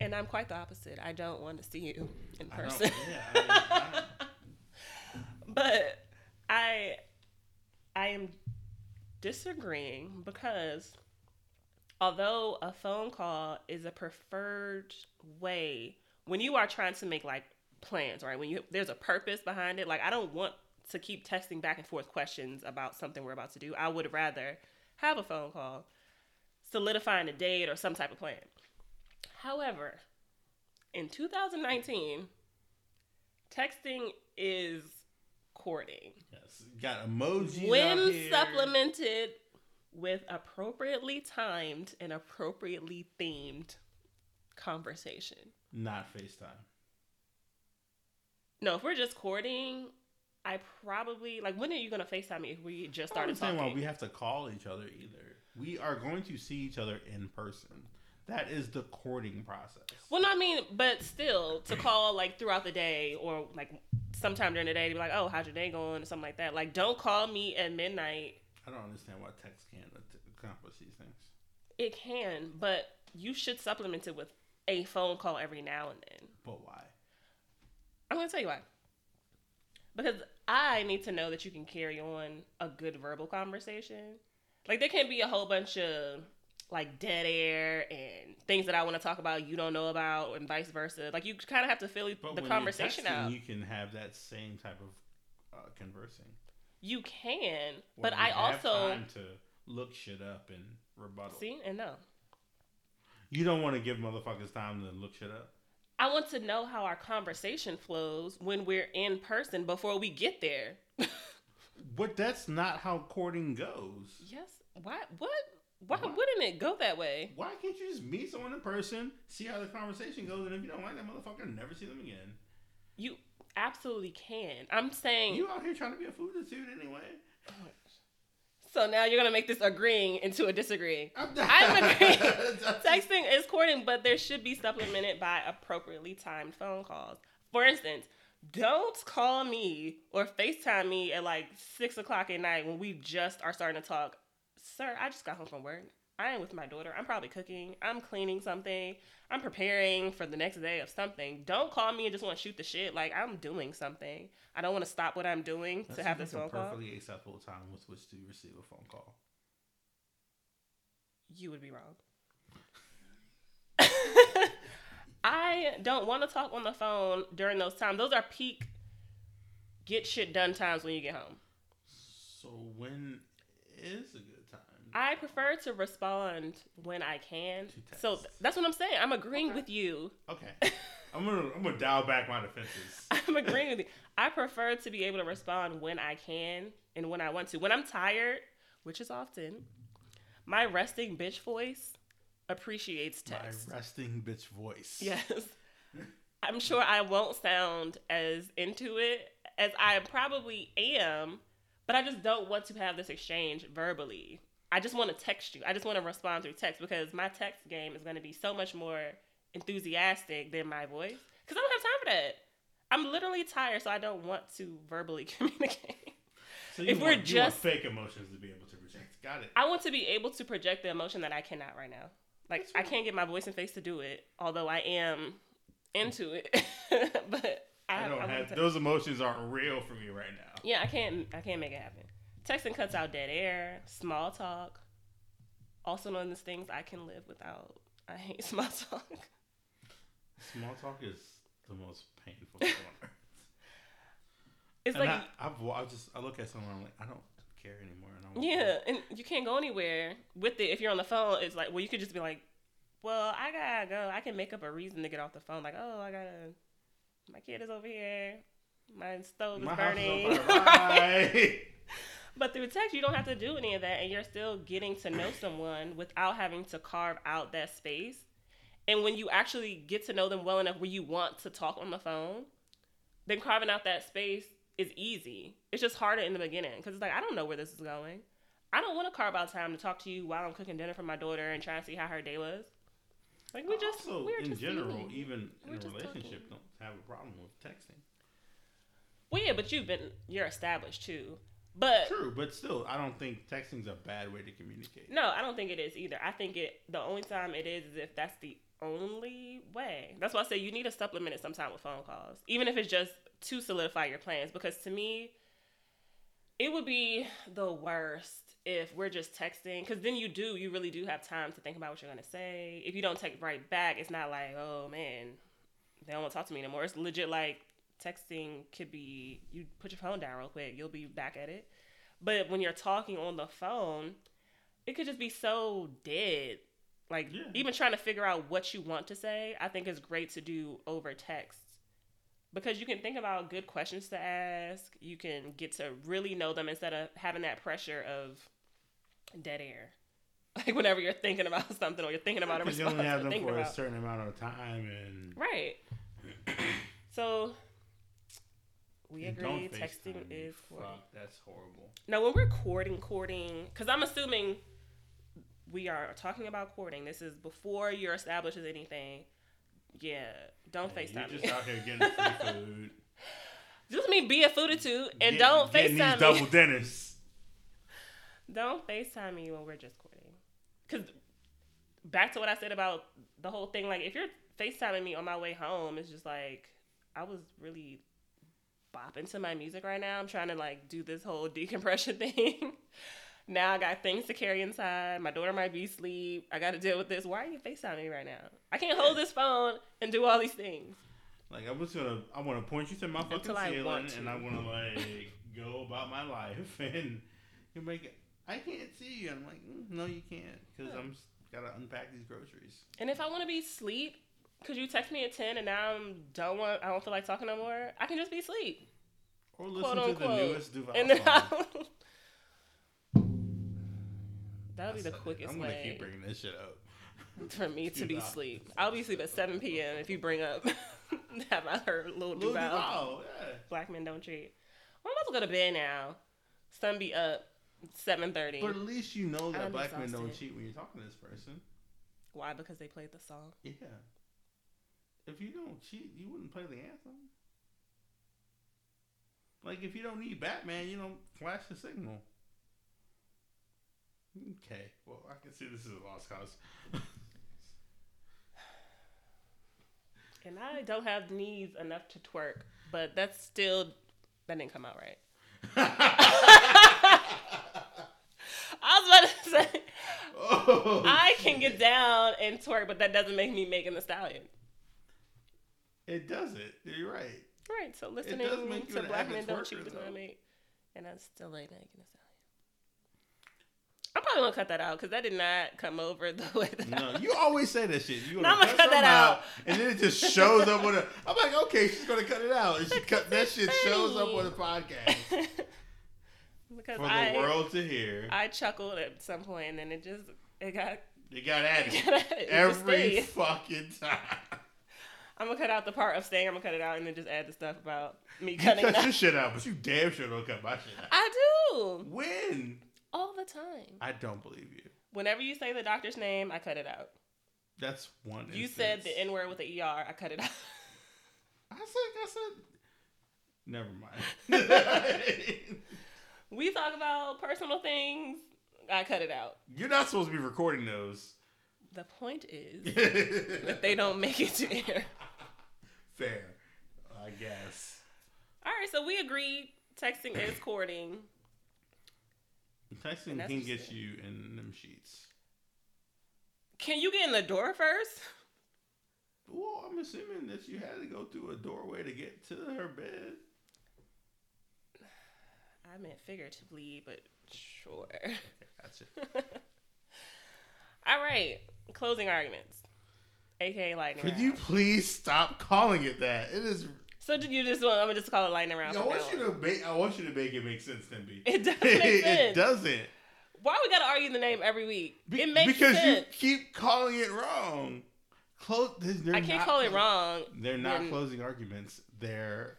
and I'm quite the opposite. I don't want to see you in
I don't-
person.
yeah, I- I-
but I I am disagreeing because although a phone call is a preferred way when you are trying to make like plans, right? When you there's a purpose behind it. Like I don't want to keep texting back and forth questions about something we're about to do. I would rather have a phone call solidifying a date or some type of plan. However, in 2019, texting is courting
yes. Got emojis. out
when
here.
supplemented with appropriately timed and appropriately themed conversation.
Not FaceTime.
No, if we're just courting, I probably like when are you gonna FaceTime me if we just
I don't understand
started talking?
why we have to call each other either. We are going to see each other in person. That is the courting process.
well, no, I mean, but still to call like throughout the day or like sometime during the day to be like, oh, how's your day going or something like that. Like, don't call me at midnight
I don't understand why text can't at- accomplish these things.
It can, but you should supplement it with a phone call every now and then.
But why?
I'm going to tell you why. Because I need to know that you can carry on a good verbal conversation. Like, there can't be a whole bunch of like dead air and things that I want to talk about you don't know about, and vice versa. Like, you kind of have to fill
But
the
when
conversation
you're texting,
out.
You can have that same type of uh, conversing.
You can,
where
but
you
I
have
also.
time to look shit up and rebuttal.
See, and no.
You don't want to give motherfuckers time to look shit up.
I want to know how our conversation flows when we're in person before we get there.
But that's not how courting goes.
Yes. Why? What? Why
Why?
wouldn't it go that way?
Why can't you just meet someone in person, see how the conversation goes, and if you don't like that motherfucker, never see them again?
You absolutely can. I'm saying.
You out here trying to be a food dude anyway? *laughs*
so now you're gonna make this agreeing into a disagreeing.
I'm, *laughs*
I'm agreeing.
That's-
Texting is courting, but there should be supplemented by appropriately timed phone calls. For instance, don't call me or FaceTime me at like six o'clock at night when we just are starting to talk. Sir, I just got home from work. I am with my daughter. I'm probably cooking. I'm cleaning something. I'm preparing for the next day of something. Don't call me and just want to shoot the shit. Like I'm doing something. I don't want to stop what I'm doing to have this
like
phone
a
call.
perfectly acceptable time with which to receive a phone call.
you would be wrong. *laughs* I don't want to talk on the phone during those times. Those are peak get shit done times when you get home.
So when is a good time?
I prefer to respond when I can.
To
So
text.
that's what I'm saying. I'm agreeing
Okay.
with you. *laughs*
okay. I'm gonna I'm gonna dial back my defenses.
I'm agreeing with you. I prefer to be able to respond when I can and when I want to. When I'm tired, which is often, my resting bitch voice appreciates text.
My resting bitch voice.
Yes. I'm sure I won't sound as into it as I probably am, but I just don't want to have this exchange verbally. I just want to text you. I just want to respond through text because my text game is going to be so much more enthusiastic than my voice because I don't have time for that. I'm literally tired, so I don't want to verbally *laughs* communicate.
So you
If we're
want, you want
just-
fake emotions to be able to project. Got it.
I want to be able to project the emotion that I cannot right now. Like
That's
I
right.
can't get my voice and face to do it, although I am into it. *laughs* but I,
I,
I
don't
wanna
have
text-
those emotions aren't real for me right now.
Yeah, I can't. I can't make it happen. Texting cuts out dead air, small talk. Also known as things I can live without. I hate *laughs* small talk.
Small talk is the most
*laughs*
painful thing on earth.
It's
And
like
I, I've, wa- I just I look at someone I'm like I don't care anymore. And I don't
yeah, and you can't go anywhere with it if you're on the phone. It's like well, you could just be like, well, I gotta go. I can make up a reason to get off the phone. Like oh, I gotta. My kid is over here. My stove is
My house is
burning.
on fire. Bye.
But through text, you don't have to do any of that, and you're still getting to know someone without having to carve out that space. And when you actually get to know them well enough where you want to talk on the phone, then carving out that space is easy. It's just harder in the beginning because it's like, I don't know where this is going. I don't want to carve out time to talk to you while I'm cooking dinner for my daughter and trying to see how her day was. Like,
*laughs*
*laughs* we just,
also
we're
in
just
general, e
eating.
even
We're
in a
just
relationship,
talking.
don't have a problem with texting.
Well, yeah, but you've been you're established too. But
True, but still, I don't think texting's a bad way to communicate.
no, I don't think it is either. I think it the only time it is is if that's the only way. That's why I say you need to supplement it sometime with phone calls, even if it's just to solidify your plans. Because to me, it would be the worst if we're just texting because then you do you really do have time to think about what you're going to say if you don't text right back it's not like oh man they don't want to talk to me anymore it's legit like texting could be you put your phone down real quick you'll be back at it but when you're talking on the phone it could just be so dead like
Yeah.
even trying to figure out what you want to say i think is great to do over text because you can think about good questions to ask. You can get to really know them instead of having that pressure of dead air. *laughs* Like whenever you're thinking about something or you're thinking about a
Because you
response,
only
*laughs*
have
you're
them
thinking
for a
about-
certain amount of time, and *coughs*
right. so we
and
agree.
don't
Texting
FaceTime me.
is courting.
Fuck, that's horrible.
Now when we're courting, courting, because I'm assuming we are talking about courting. This is before you're established as anything. Yeah, don't
Yeah,
FaceTime
You're
me.
just out here getting free food
*laughs* Just me be a fooditude
Get-
and don't
getting
FaceTime
these
me.
double dinners.
Don't FaceTime me when we're just courting. Because back to what I said about the whole thing, like if you're FaceTiming me on my way home, it's just like I was really bopping to my music right now. I'm trying to like do this whole *laughs* decompression thing. now I got things to carry inside. My daughter might be asleep. I got to deal with this. Why are you FaceTiming me right now? I can't hold this phone and do all these things.
Like I'm just gonna, I want to point you to my fucking
Until I
ceiling,
want to.
and I want to like go about my life, *laughs* and you're like, I can't see you. I'm like, "Mm, no, you can't, because
Yeah.
I'm s- gotta unpack these groceries.
And if I want to be asleep, because you text me at 10 and now I'm don't want, I don't feel like talking no more, I can just be asleep.
Or listen to
unquote.
the newest Duval
And *laughs* then
song.
I will That'll be
I
the
said it.
quickest
I'm gonna
way
keep bringing this shit up.
for me to be
Duval.
asleep. I'll be asleep at 7 p.m. if you bring up *laughs* have I heard Lil
Lil
Duval.
Duval, yeah.
Black men don't cheat. Well, I'm about to go to bed now. Sun be up 7:30.
But at least you know that
I'm
black men don't
exhausted.
cheat when you're talking to this person.
Why? Because they played the song.
Yeah. If you don't cheat, you wouldn't play the anthem. Like if you don't need Batman, you don't flash the signal. Okay. Well, I can see this is a lost
*laughs*
cause. *laughs*
And I don't have knees enough to twerk, but that's still that didn't come out right. I was about to *laughs* say
oh,
I can get down and twerk, but that doesn't make me Megan the Stallion.
It does it. You're right.
Right. So listening
does make you
to
an
black
avid
men don't
twerker,
cheat is
though.
not me, and I still ain't Megan Thee Stallion. I'm probably gonna cut that out because that did not come over *laughs* the way that. I-
No, you always say that shit. You
No,
gonna cut, that out, and then it just shows up with a. I'm like, okay, she's gonna cut it out, and she cut that shit shows up with a podcast
*laughs* because
for the
I
world to hear.
I chuckled at some point, and then it just it got. *laughs*
You got *laughs* at
it
it
just
every
*laughs* stayed.
fucking time.
I'm gonna cut out the part of staying. I'm gonna cut it out, and then just add the stuff about
*laughs*
me
You
cutting.
cut your
out.
shit out, but you damn sure don't cut my shit out.
I do
When?
all the time.
I don't believe you.
Whenever you say the doctor's name, I cut it out.
That's one.
You
instance.
said the N word with the ER. I cut it out. *laughs*
I said. I said. Never
*laughs*
mind.
We talk about personal things. I cut it out.
You're not supposed to be recording those.
The point
*laughs*
is that they don't make it to air.
Fair, I guess.
All right, so we agreed texting is courting.
Texting
And that's
can get
just it.
you in them sheets.
Can you get in the door first?
Well, I'm assuming that you had to go through a doorway to get to her bed.
I meant figuratively, but sure.
Gotcha.
All right, closing arguments, aka lightning.
Could
round.
you please stop calling it that? It is.
So did you just want? I'm gonna just call it lightning round.
I
from
want
now
you
on.
to make. I want you to make it make sense, Timby. *laughs*
It does make
it
sense.
doesn't.
Why we gotta argue the name every week?
Be-
it makes
because you
sense.
keep calling it wrong. Close. they're
I can't
not-
call it wrong.
They're not
when-
closing arguments. They're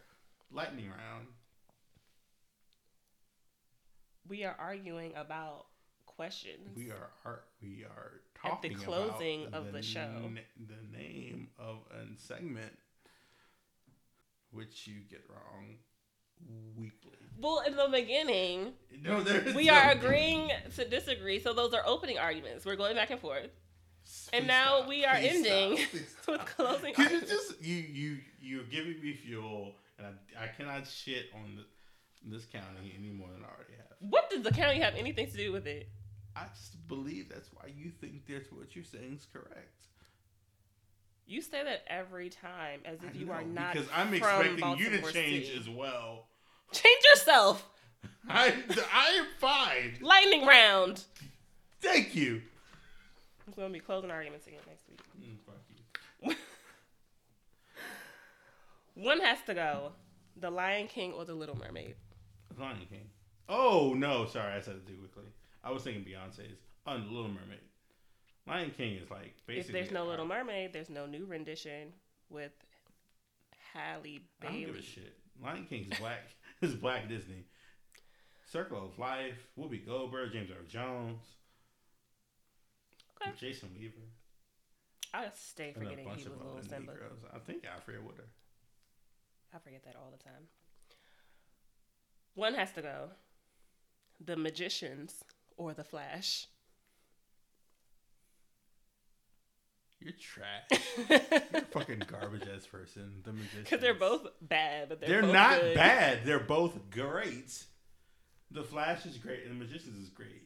lightning round.
We are arguing about questions.
We are, are we are
At the
talking
closing
about
of the show.
na- the name of a segment, which you get wrong weekly.
Well, in the beginning,
No, there is
we
no-
are agreeing to disagree, so those are opening arguments. We're going back and forth.
*laughs*
And
Please
now
stop.
we are
Please
ending
stop.
*laughs*
Please
with
stop.
closing
Cause it's
arguments.
just you, you, you're giving me fuel, and I, I cannot shit on the, this county any more than I already have.
What does the county have anything to do with it?
I just believe that's why you think that's what you're saying is correct.
You say that every time, as if
I
you
know,
are not.
because I'm
from
expecting you
Baltimore
to change
City.
as well.
Change yourself.
I, I am fine.
Lightning round.
Thank you.
I'm going to be closing arguments again next week.
Mm, fuck you.
One has to go: The Lion King or The Little Mermaid.
Lion King. Oh no, sorry, I said it too quickly. I was thinking Beyonce's on Little Mermaid. Lion King is like
If
basically.
there's no Little Mermaid, there's no new rendition with Halle
I don't give a
Bailey.
shit. Lion King's black. *laughs* it's black Disney. Circle of Life. Whoopi Goldberg. James Earl Jones.
Okay.
Jason Weaver.
I stay
And a
forgetting
bunch
he
of
was Little
other
Simba.
Negroes. I think Alfred Woodard.
I forget that all the time. One has to go: The Magicians or The Flash. *laughs*
You're
*laughs*
trash. You're a
Because
fucking garbage ass person.
*laughs*
The magician.
they're both bad, but they're,
They're
both
not
good.
bad. They're both great. The Flash is great, and The Magicians is great.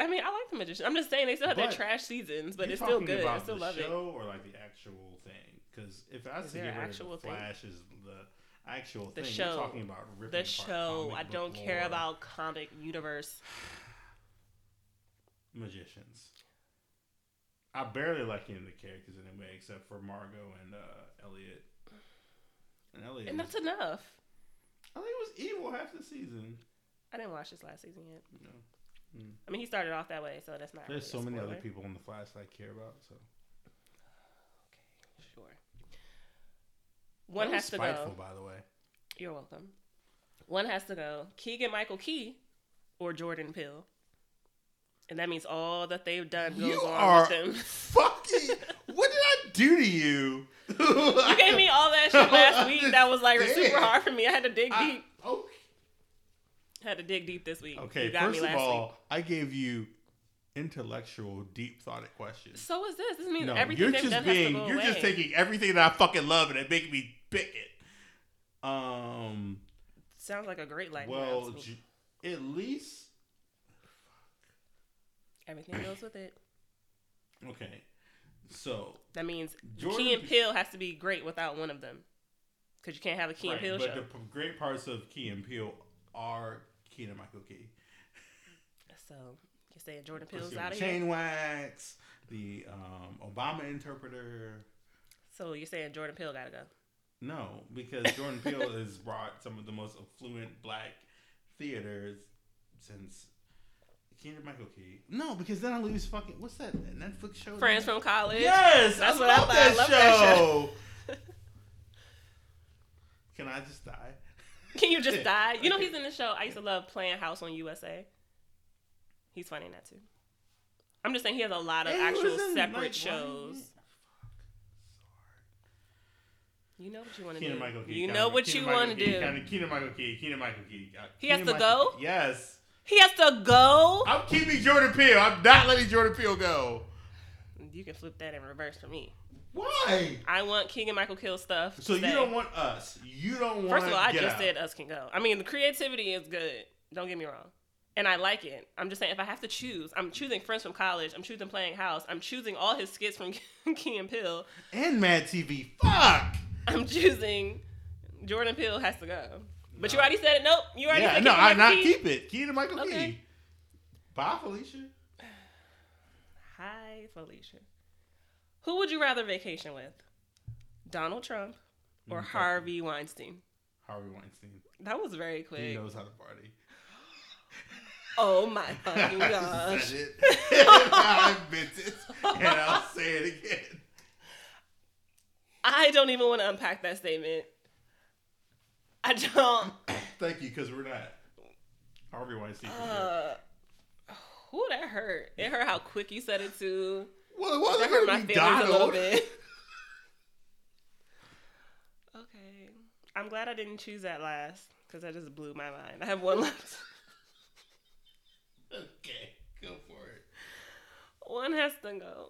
I mean, I like the magician. I'm just saying they still have
But
their trash seasons, but
You
it's still
talking
good. I still
the
love it.
show or like the actual thing? Because if I
Is
see
there
get
an
rid of
actual
the
thing?
Flash is the actual
The
thing.
show.
You're talking about ripping
The
apart
show.
comic
I
book
don't care
lore.
about comic universe.
magicians. I barely like any of the characters in any way except for Margot and uh, Elliot. And Elliot,
And
was-
that's enough.
I think it was evil half the season.
I didn't watch this last season yet.
You know,
I mean, he started off that way, so that's not.
there's so
really a
many other
spoiler.
people in the Flash I care about. So
Okay, sure. One
That was
has to
spiteful,
go.
By the way,
You're welcome. One has to go. Keegan Michael Key or Jordan Pill. And that means all that they've done goes
You
on
are
with them.
fucking. what did I do to you? you
*laughs* You gave me all that shit last
*laughs*
week. That was like super
Understand.
hard for me. I had to dig deep.
okay.
had to dig deep this week.
Okay,
you got
first
me
of
last
all,
week.
I gave you intellectual, deep thoughted questions.
So is this? This means
No,
everything
you're
they've
just
done
being,
has to go
you're
away.
just taking everything that I fucking love and it making me pick it. Um,
Sounds like a great life.
well, j- at least
everything goes with it.
okay. So *laughs*
That means
Jordan
Key and
P-
Pill has to be great without one of them, because you can't have a Key
right,
and Pill
but
show.
the p- great parts of Key and Peele are Key and Michael Key.
So you say Jordan
Let's
Pill's
see,
out of here.
Chain Wax, the um, Obama interpreter.
So you're saying Jordan Pill gotta go.
No, because *laughs* Jordan Peele has brought some of the most affluent black theaters since Keaton Michael Key. No, because then I lose fucking what's that Netflix show?
Friends from college.
Yes,
That's
I
what I
love
thought.
that
I love
show.
that *laughs*
Can I just die?
Can you just die? You know he's in the show. I used to love playing House on USA. He's funny in that too. I'm just saying he has a lot of
And he
actual
was in,
separate
like,
shows.
Lion-
You know what you want to do.
Keaton Michael Key.
you
kinda-
know what
Keaton
you
Michael
want to
Key,
do.
kinda Keaton Michael Key. Keaton Michael Key. uh,
He has
Keaton
to
Michael-
go?
Yes.
He has to go.
I'm keeping Jordan Peele. I'm not letting Jordan Peele go.
You can flip that in reverse for me.
Why?
I want King and Michael Kill stuff. to
So you
stay.
don't want us. You don't want.
First of all, I
Get
just
Out.
said us can go. I mean, the creativity is good. Don't get me wrong. And I like it. I'm just saying, if I have to choose, I'm choosing Friends from College. I'm choosing Playing House. I'm choosing all his skits from *laughs* Key and Pill.
and Mad TV. Fuck.
I'm *laughs* choosing Jordan Pill has to go. But you
No.
already said it. Nope. You already
Yeah,
said
no,
Keegan
I
Michael
not
Key.
keep it. Key to Michael Key.
Okay.
Bye, Felicia.
Hi, Felicia. Who would you rather vacation with? Donald Trump or
Mm, fuck.
Harvey Weinstein?
Harvey Weinstein.
That was very
He
quick.
knows how to party.
*laughs* Oh my
*laughs*
fucking
I
gosh.
said it. *laughs* I meant it, and I'll say it again.
I don't even want to unpack that statement. I don't.
Thank you, because we're not Harvey Weinstein. for sure.
Uh, *sighs* whew, that hurt. It hurt how quick you said it too.
well, it
That
wasn't going
hurt my
to be
feelings a little
Donald.
bit. Okay. I'm glad I didn't choose that last. because that just blew my mind. I have one *laughs* left.
*laughs* Okay, go for it.
one has to go.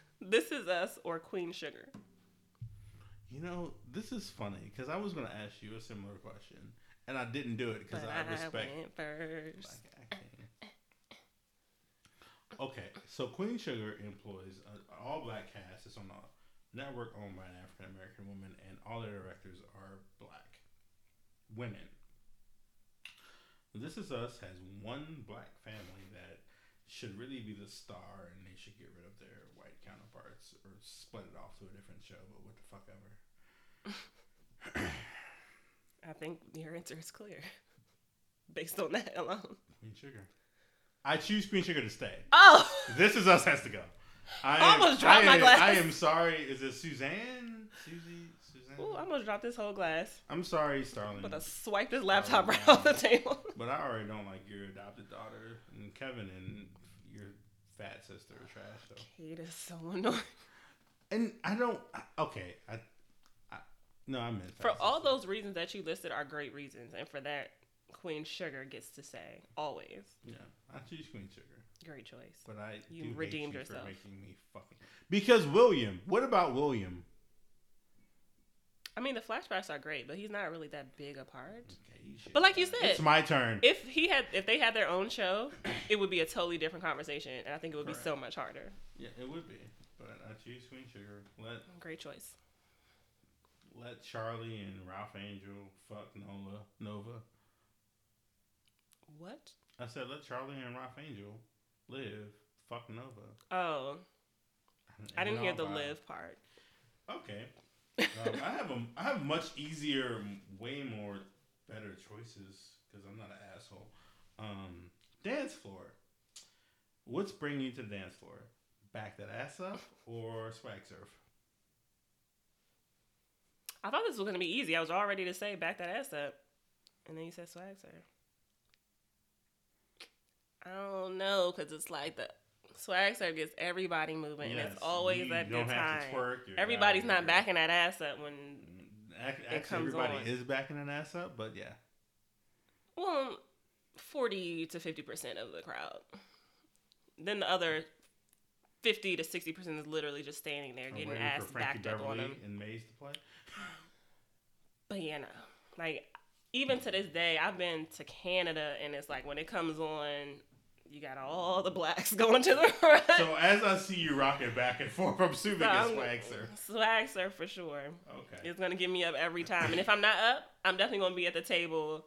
*laughs* this is us or Queen Sugar.
You know, this is funny because I was going to ask you a similar question, and I didn't do it because
But
I respect.
went first.
I- I can't. okay, so Queen Sugar employs an all black cast. It's on a network owned by an African American woman, and all their directors are black women. This Is Us has one black family that should really be the star, and they should get rid of their white counterparts or split it off to a different show, but what the fuck ever.
I think your answer is clear *laughs* based on that alone.
Queen Sugar. I choose Queen Sugar to stay.
*laughs* Oh,
This is us has to go. I
I almost dropped
I
my
am,
glass.
I am sorry. Is it Suzanne? Susie? Suzanne?
*laughs* Ooh, I almost dropped this whole glass.
I'm sorry, Starling.
But
But,
I swiped this laptop
Mm. Oh,
*laughs* right
wow.
off the table.
I already don't like your adopted daughter and Kevin and your fat sister are trash. So.
Kate is so annoying.
And I don't. I- Okay. I, I no, I meant
For
fat
all
sister.
those reasons that you listed are great reasons, and for that, Queen Sugar gets to say always
Yeah, I choose Queen Sugar,
great choice.
but I
You
do hate
redeemed
you
yourself.
for making me fucking because William. What about William?
I mean, the flashbacks are great, but he's not really that big a part.
Okay, you should-
But like you
it's
said,
my turn.
if he had, if they had their own show, it would be a totally different conversation, and I think it would be so
Correct.
much harder.
yeah, it would be, but I choose Queen Sugar. Let
Great choice.
let Charlie and Ralph Angel fuck Nola Nova.
What?
I said let Charlie and Ralph Angel live. Fuck Nova.
Oh, I
And
didn't hear
all
the
by-
live part.
Okay. Um, I have a I have much easier, way more better choices because I'm not an asshole. Um, dance floor. What's bringing you to the dance floor? Back that ass up or swag surf?
I thought this was gonna be easy. I was all ready to say back that ass up, and then you said swag surf. I don't know, cause it's like the swag surf gets everybody moving, and
Yes,
it's always
you
at their
don't have to
time.
twerk, you're
Everybody's
out
not
here. Mm,
backing that ass up when.
Ac- Actually,
comes
everybody
on.
is backing an ass up, but yeah.
Well, forty to fifty percent of the crowd. Then the other fifty to sixty percent is literally just standing there
I'm
getting
waiting
ass
for Frankie
backed up on
Beverly
them.
and Maze to play.
But yeah, no. Like even to this day, I've been to Canada, and it's like when it comes on, you got all the blacks *laughs* going to the front.
*laughs* So as I see you rocking back and forth, I'm assuming
So
it's
I'm-
swag surf.
Swag surf for sure.
Okay.
It's gonna get me up every time, and if I'm not up, I'm definitely gonna be at the table,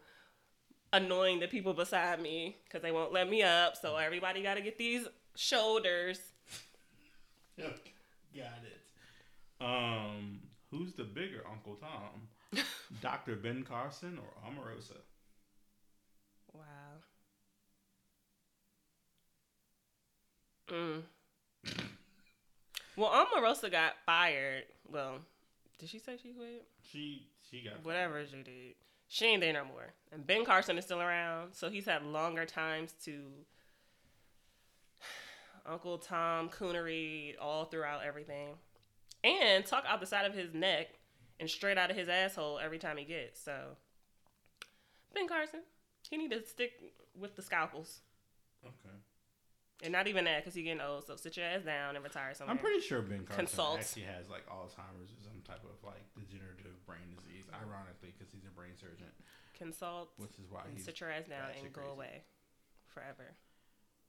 annoying the people beside me because they won't let me up. So everybody got to get these shoulders.
*laughs* Okay, Got it. Um, who's the bigger Uncle
*laughs*
Tom? Dr. Ben Carson or Omarosa?
Wow. Mm. *laughs* Well, Omarosa got fired. Well, did she say she quit?
She she got
Whatever she did, she ain't there no more. And Ben Carson is still around, so he's had longer times to *sighs* Uncle Tom Coonery all throughout everything, and talk out the side of his neck and straight out of his asshole every time he gets. So Ben Carson, he need to stick with the scalpels.
Okay.
And not even that, because he getting old. So sit your ass down and retire somewhere.
I'm pretty sure Ben Carson
Consult.
actually has like Alzheimer's or some type of like degenerative brain disease. Ironically, because he's a brain surgeon,
consult
which is why
and
he's
sit your ass down
batshit
and go
crazy.
away forever.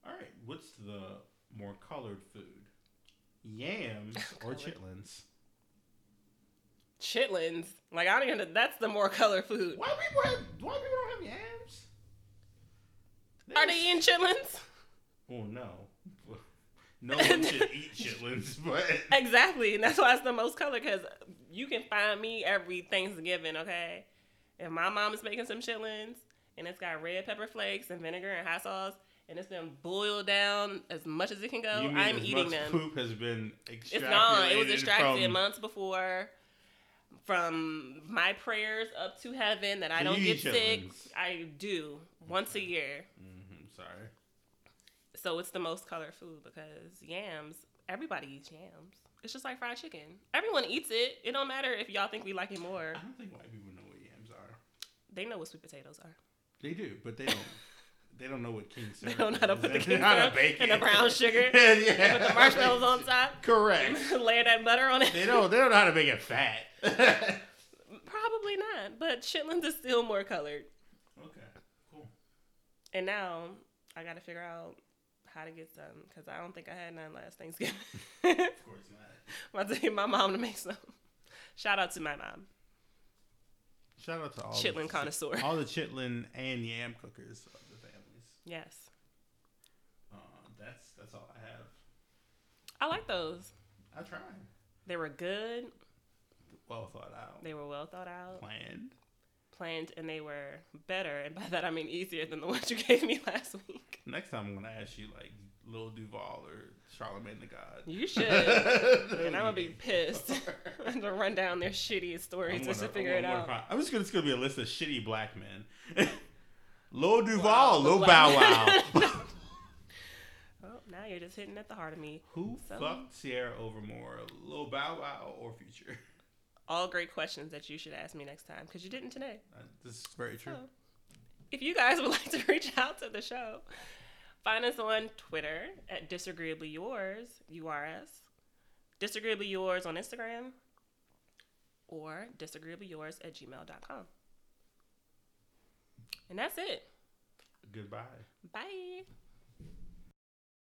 All right, what's the more colored food?
*laughs*
Yams or
Colored.
chitlins?
Chitlins, like I don't even. That's the more color food.
Why people have? Why people don't have yams?
Are they eating chitlins?
Oh no, *laughs* no one should eat chitlins. *laughs* But
Exactly, and that's why it's the most color. Cause you can find me every Thanksgiving. Okay, if my mom is making some chitlins and it's got red pepper flakes and vinegar and hot sauce. And it's been boiled down as much as it can go.
You mean
I'm
as
eating
much
them.
Poop has been extracted.
It's gone. It was
from,
extracted months before from my prayers up to heaven that I
So
don't
you
get
eat
sick.
chitlins.
I do once a year.
Mhm, sorry.
So it's the most colored food because yams, everybody eats yams. It's just like fried chicken. Everyone eats it. It don't matter if y'all think we like it more.
I don't think white people know what yams are.
They know what sweet potatoes are.
They do, but they
*laughs*
don't. They don't know what king syrup.
They don't know how to
is.
put
*laughs*
the
They
king
know how to
syrup
bake
and the
it. *laughs*
brown sugar.
yeah, yeah. *laughs*
Put the marshmallows on top. *laughs*
Correct.
Layer that butter on it.
They don't. They don't know how to make it fat. *laughs*
*laughs*
okay.
Probably not, but Chitlins is still more colored.
Cool.
And now I got to figure out how to get some because I don't think I had none last Thanksgiving. *laughs* I'm
Of course not.
about to get my mom to make some. Shout out to my mom,
Shout out to all
Chitlin
the,
connoisseur.
all the chitlin and yam cookers of the families.
Yes,
Uh, that's that's all I have.
I like those.
I tried.
They were good.
Well thought out.
They were well thought out,
planned.
planned, and they were better. And by that I mean easier than the ones you gave me last week.
Next time I'm gonna ask you like Lil Duval or Charlemagne the God.
You should. *laughs* and I'm gonna
*laughs*
be pissed. *laughs* I'm gonna run down their shittiest stories just to figure it out.
I'm just gonna it's gonna be a list of shitty black men. *laughs* Lil Duval,
Wow,
Lil
Lil
Bow
Black- *laughs*
Wow. *laughs*
Oh, now you're just hitting at the heart of me.
Who
So-
fucked Sierra over more, Lil Bow Wow or Future? *laughs*
All great questions that you should ask me next time because you didn't today.
Uh, This is very true.
So, if you guys *laughs* would like to reach out to the show, find us on Twitter at disagreeably yours, URS, disagreeably yours on Instagram, or disagreeably yours at gmail.com. And that's it.
Goodbye.
Bye.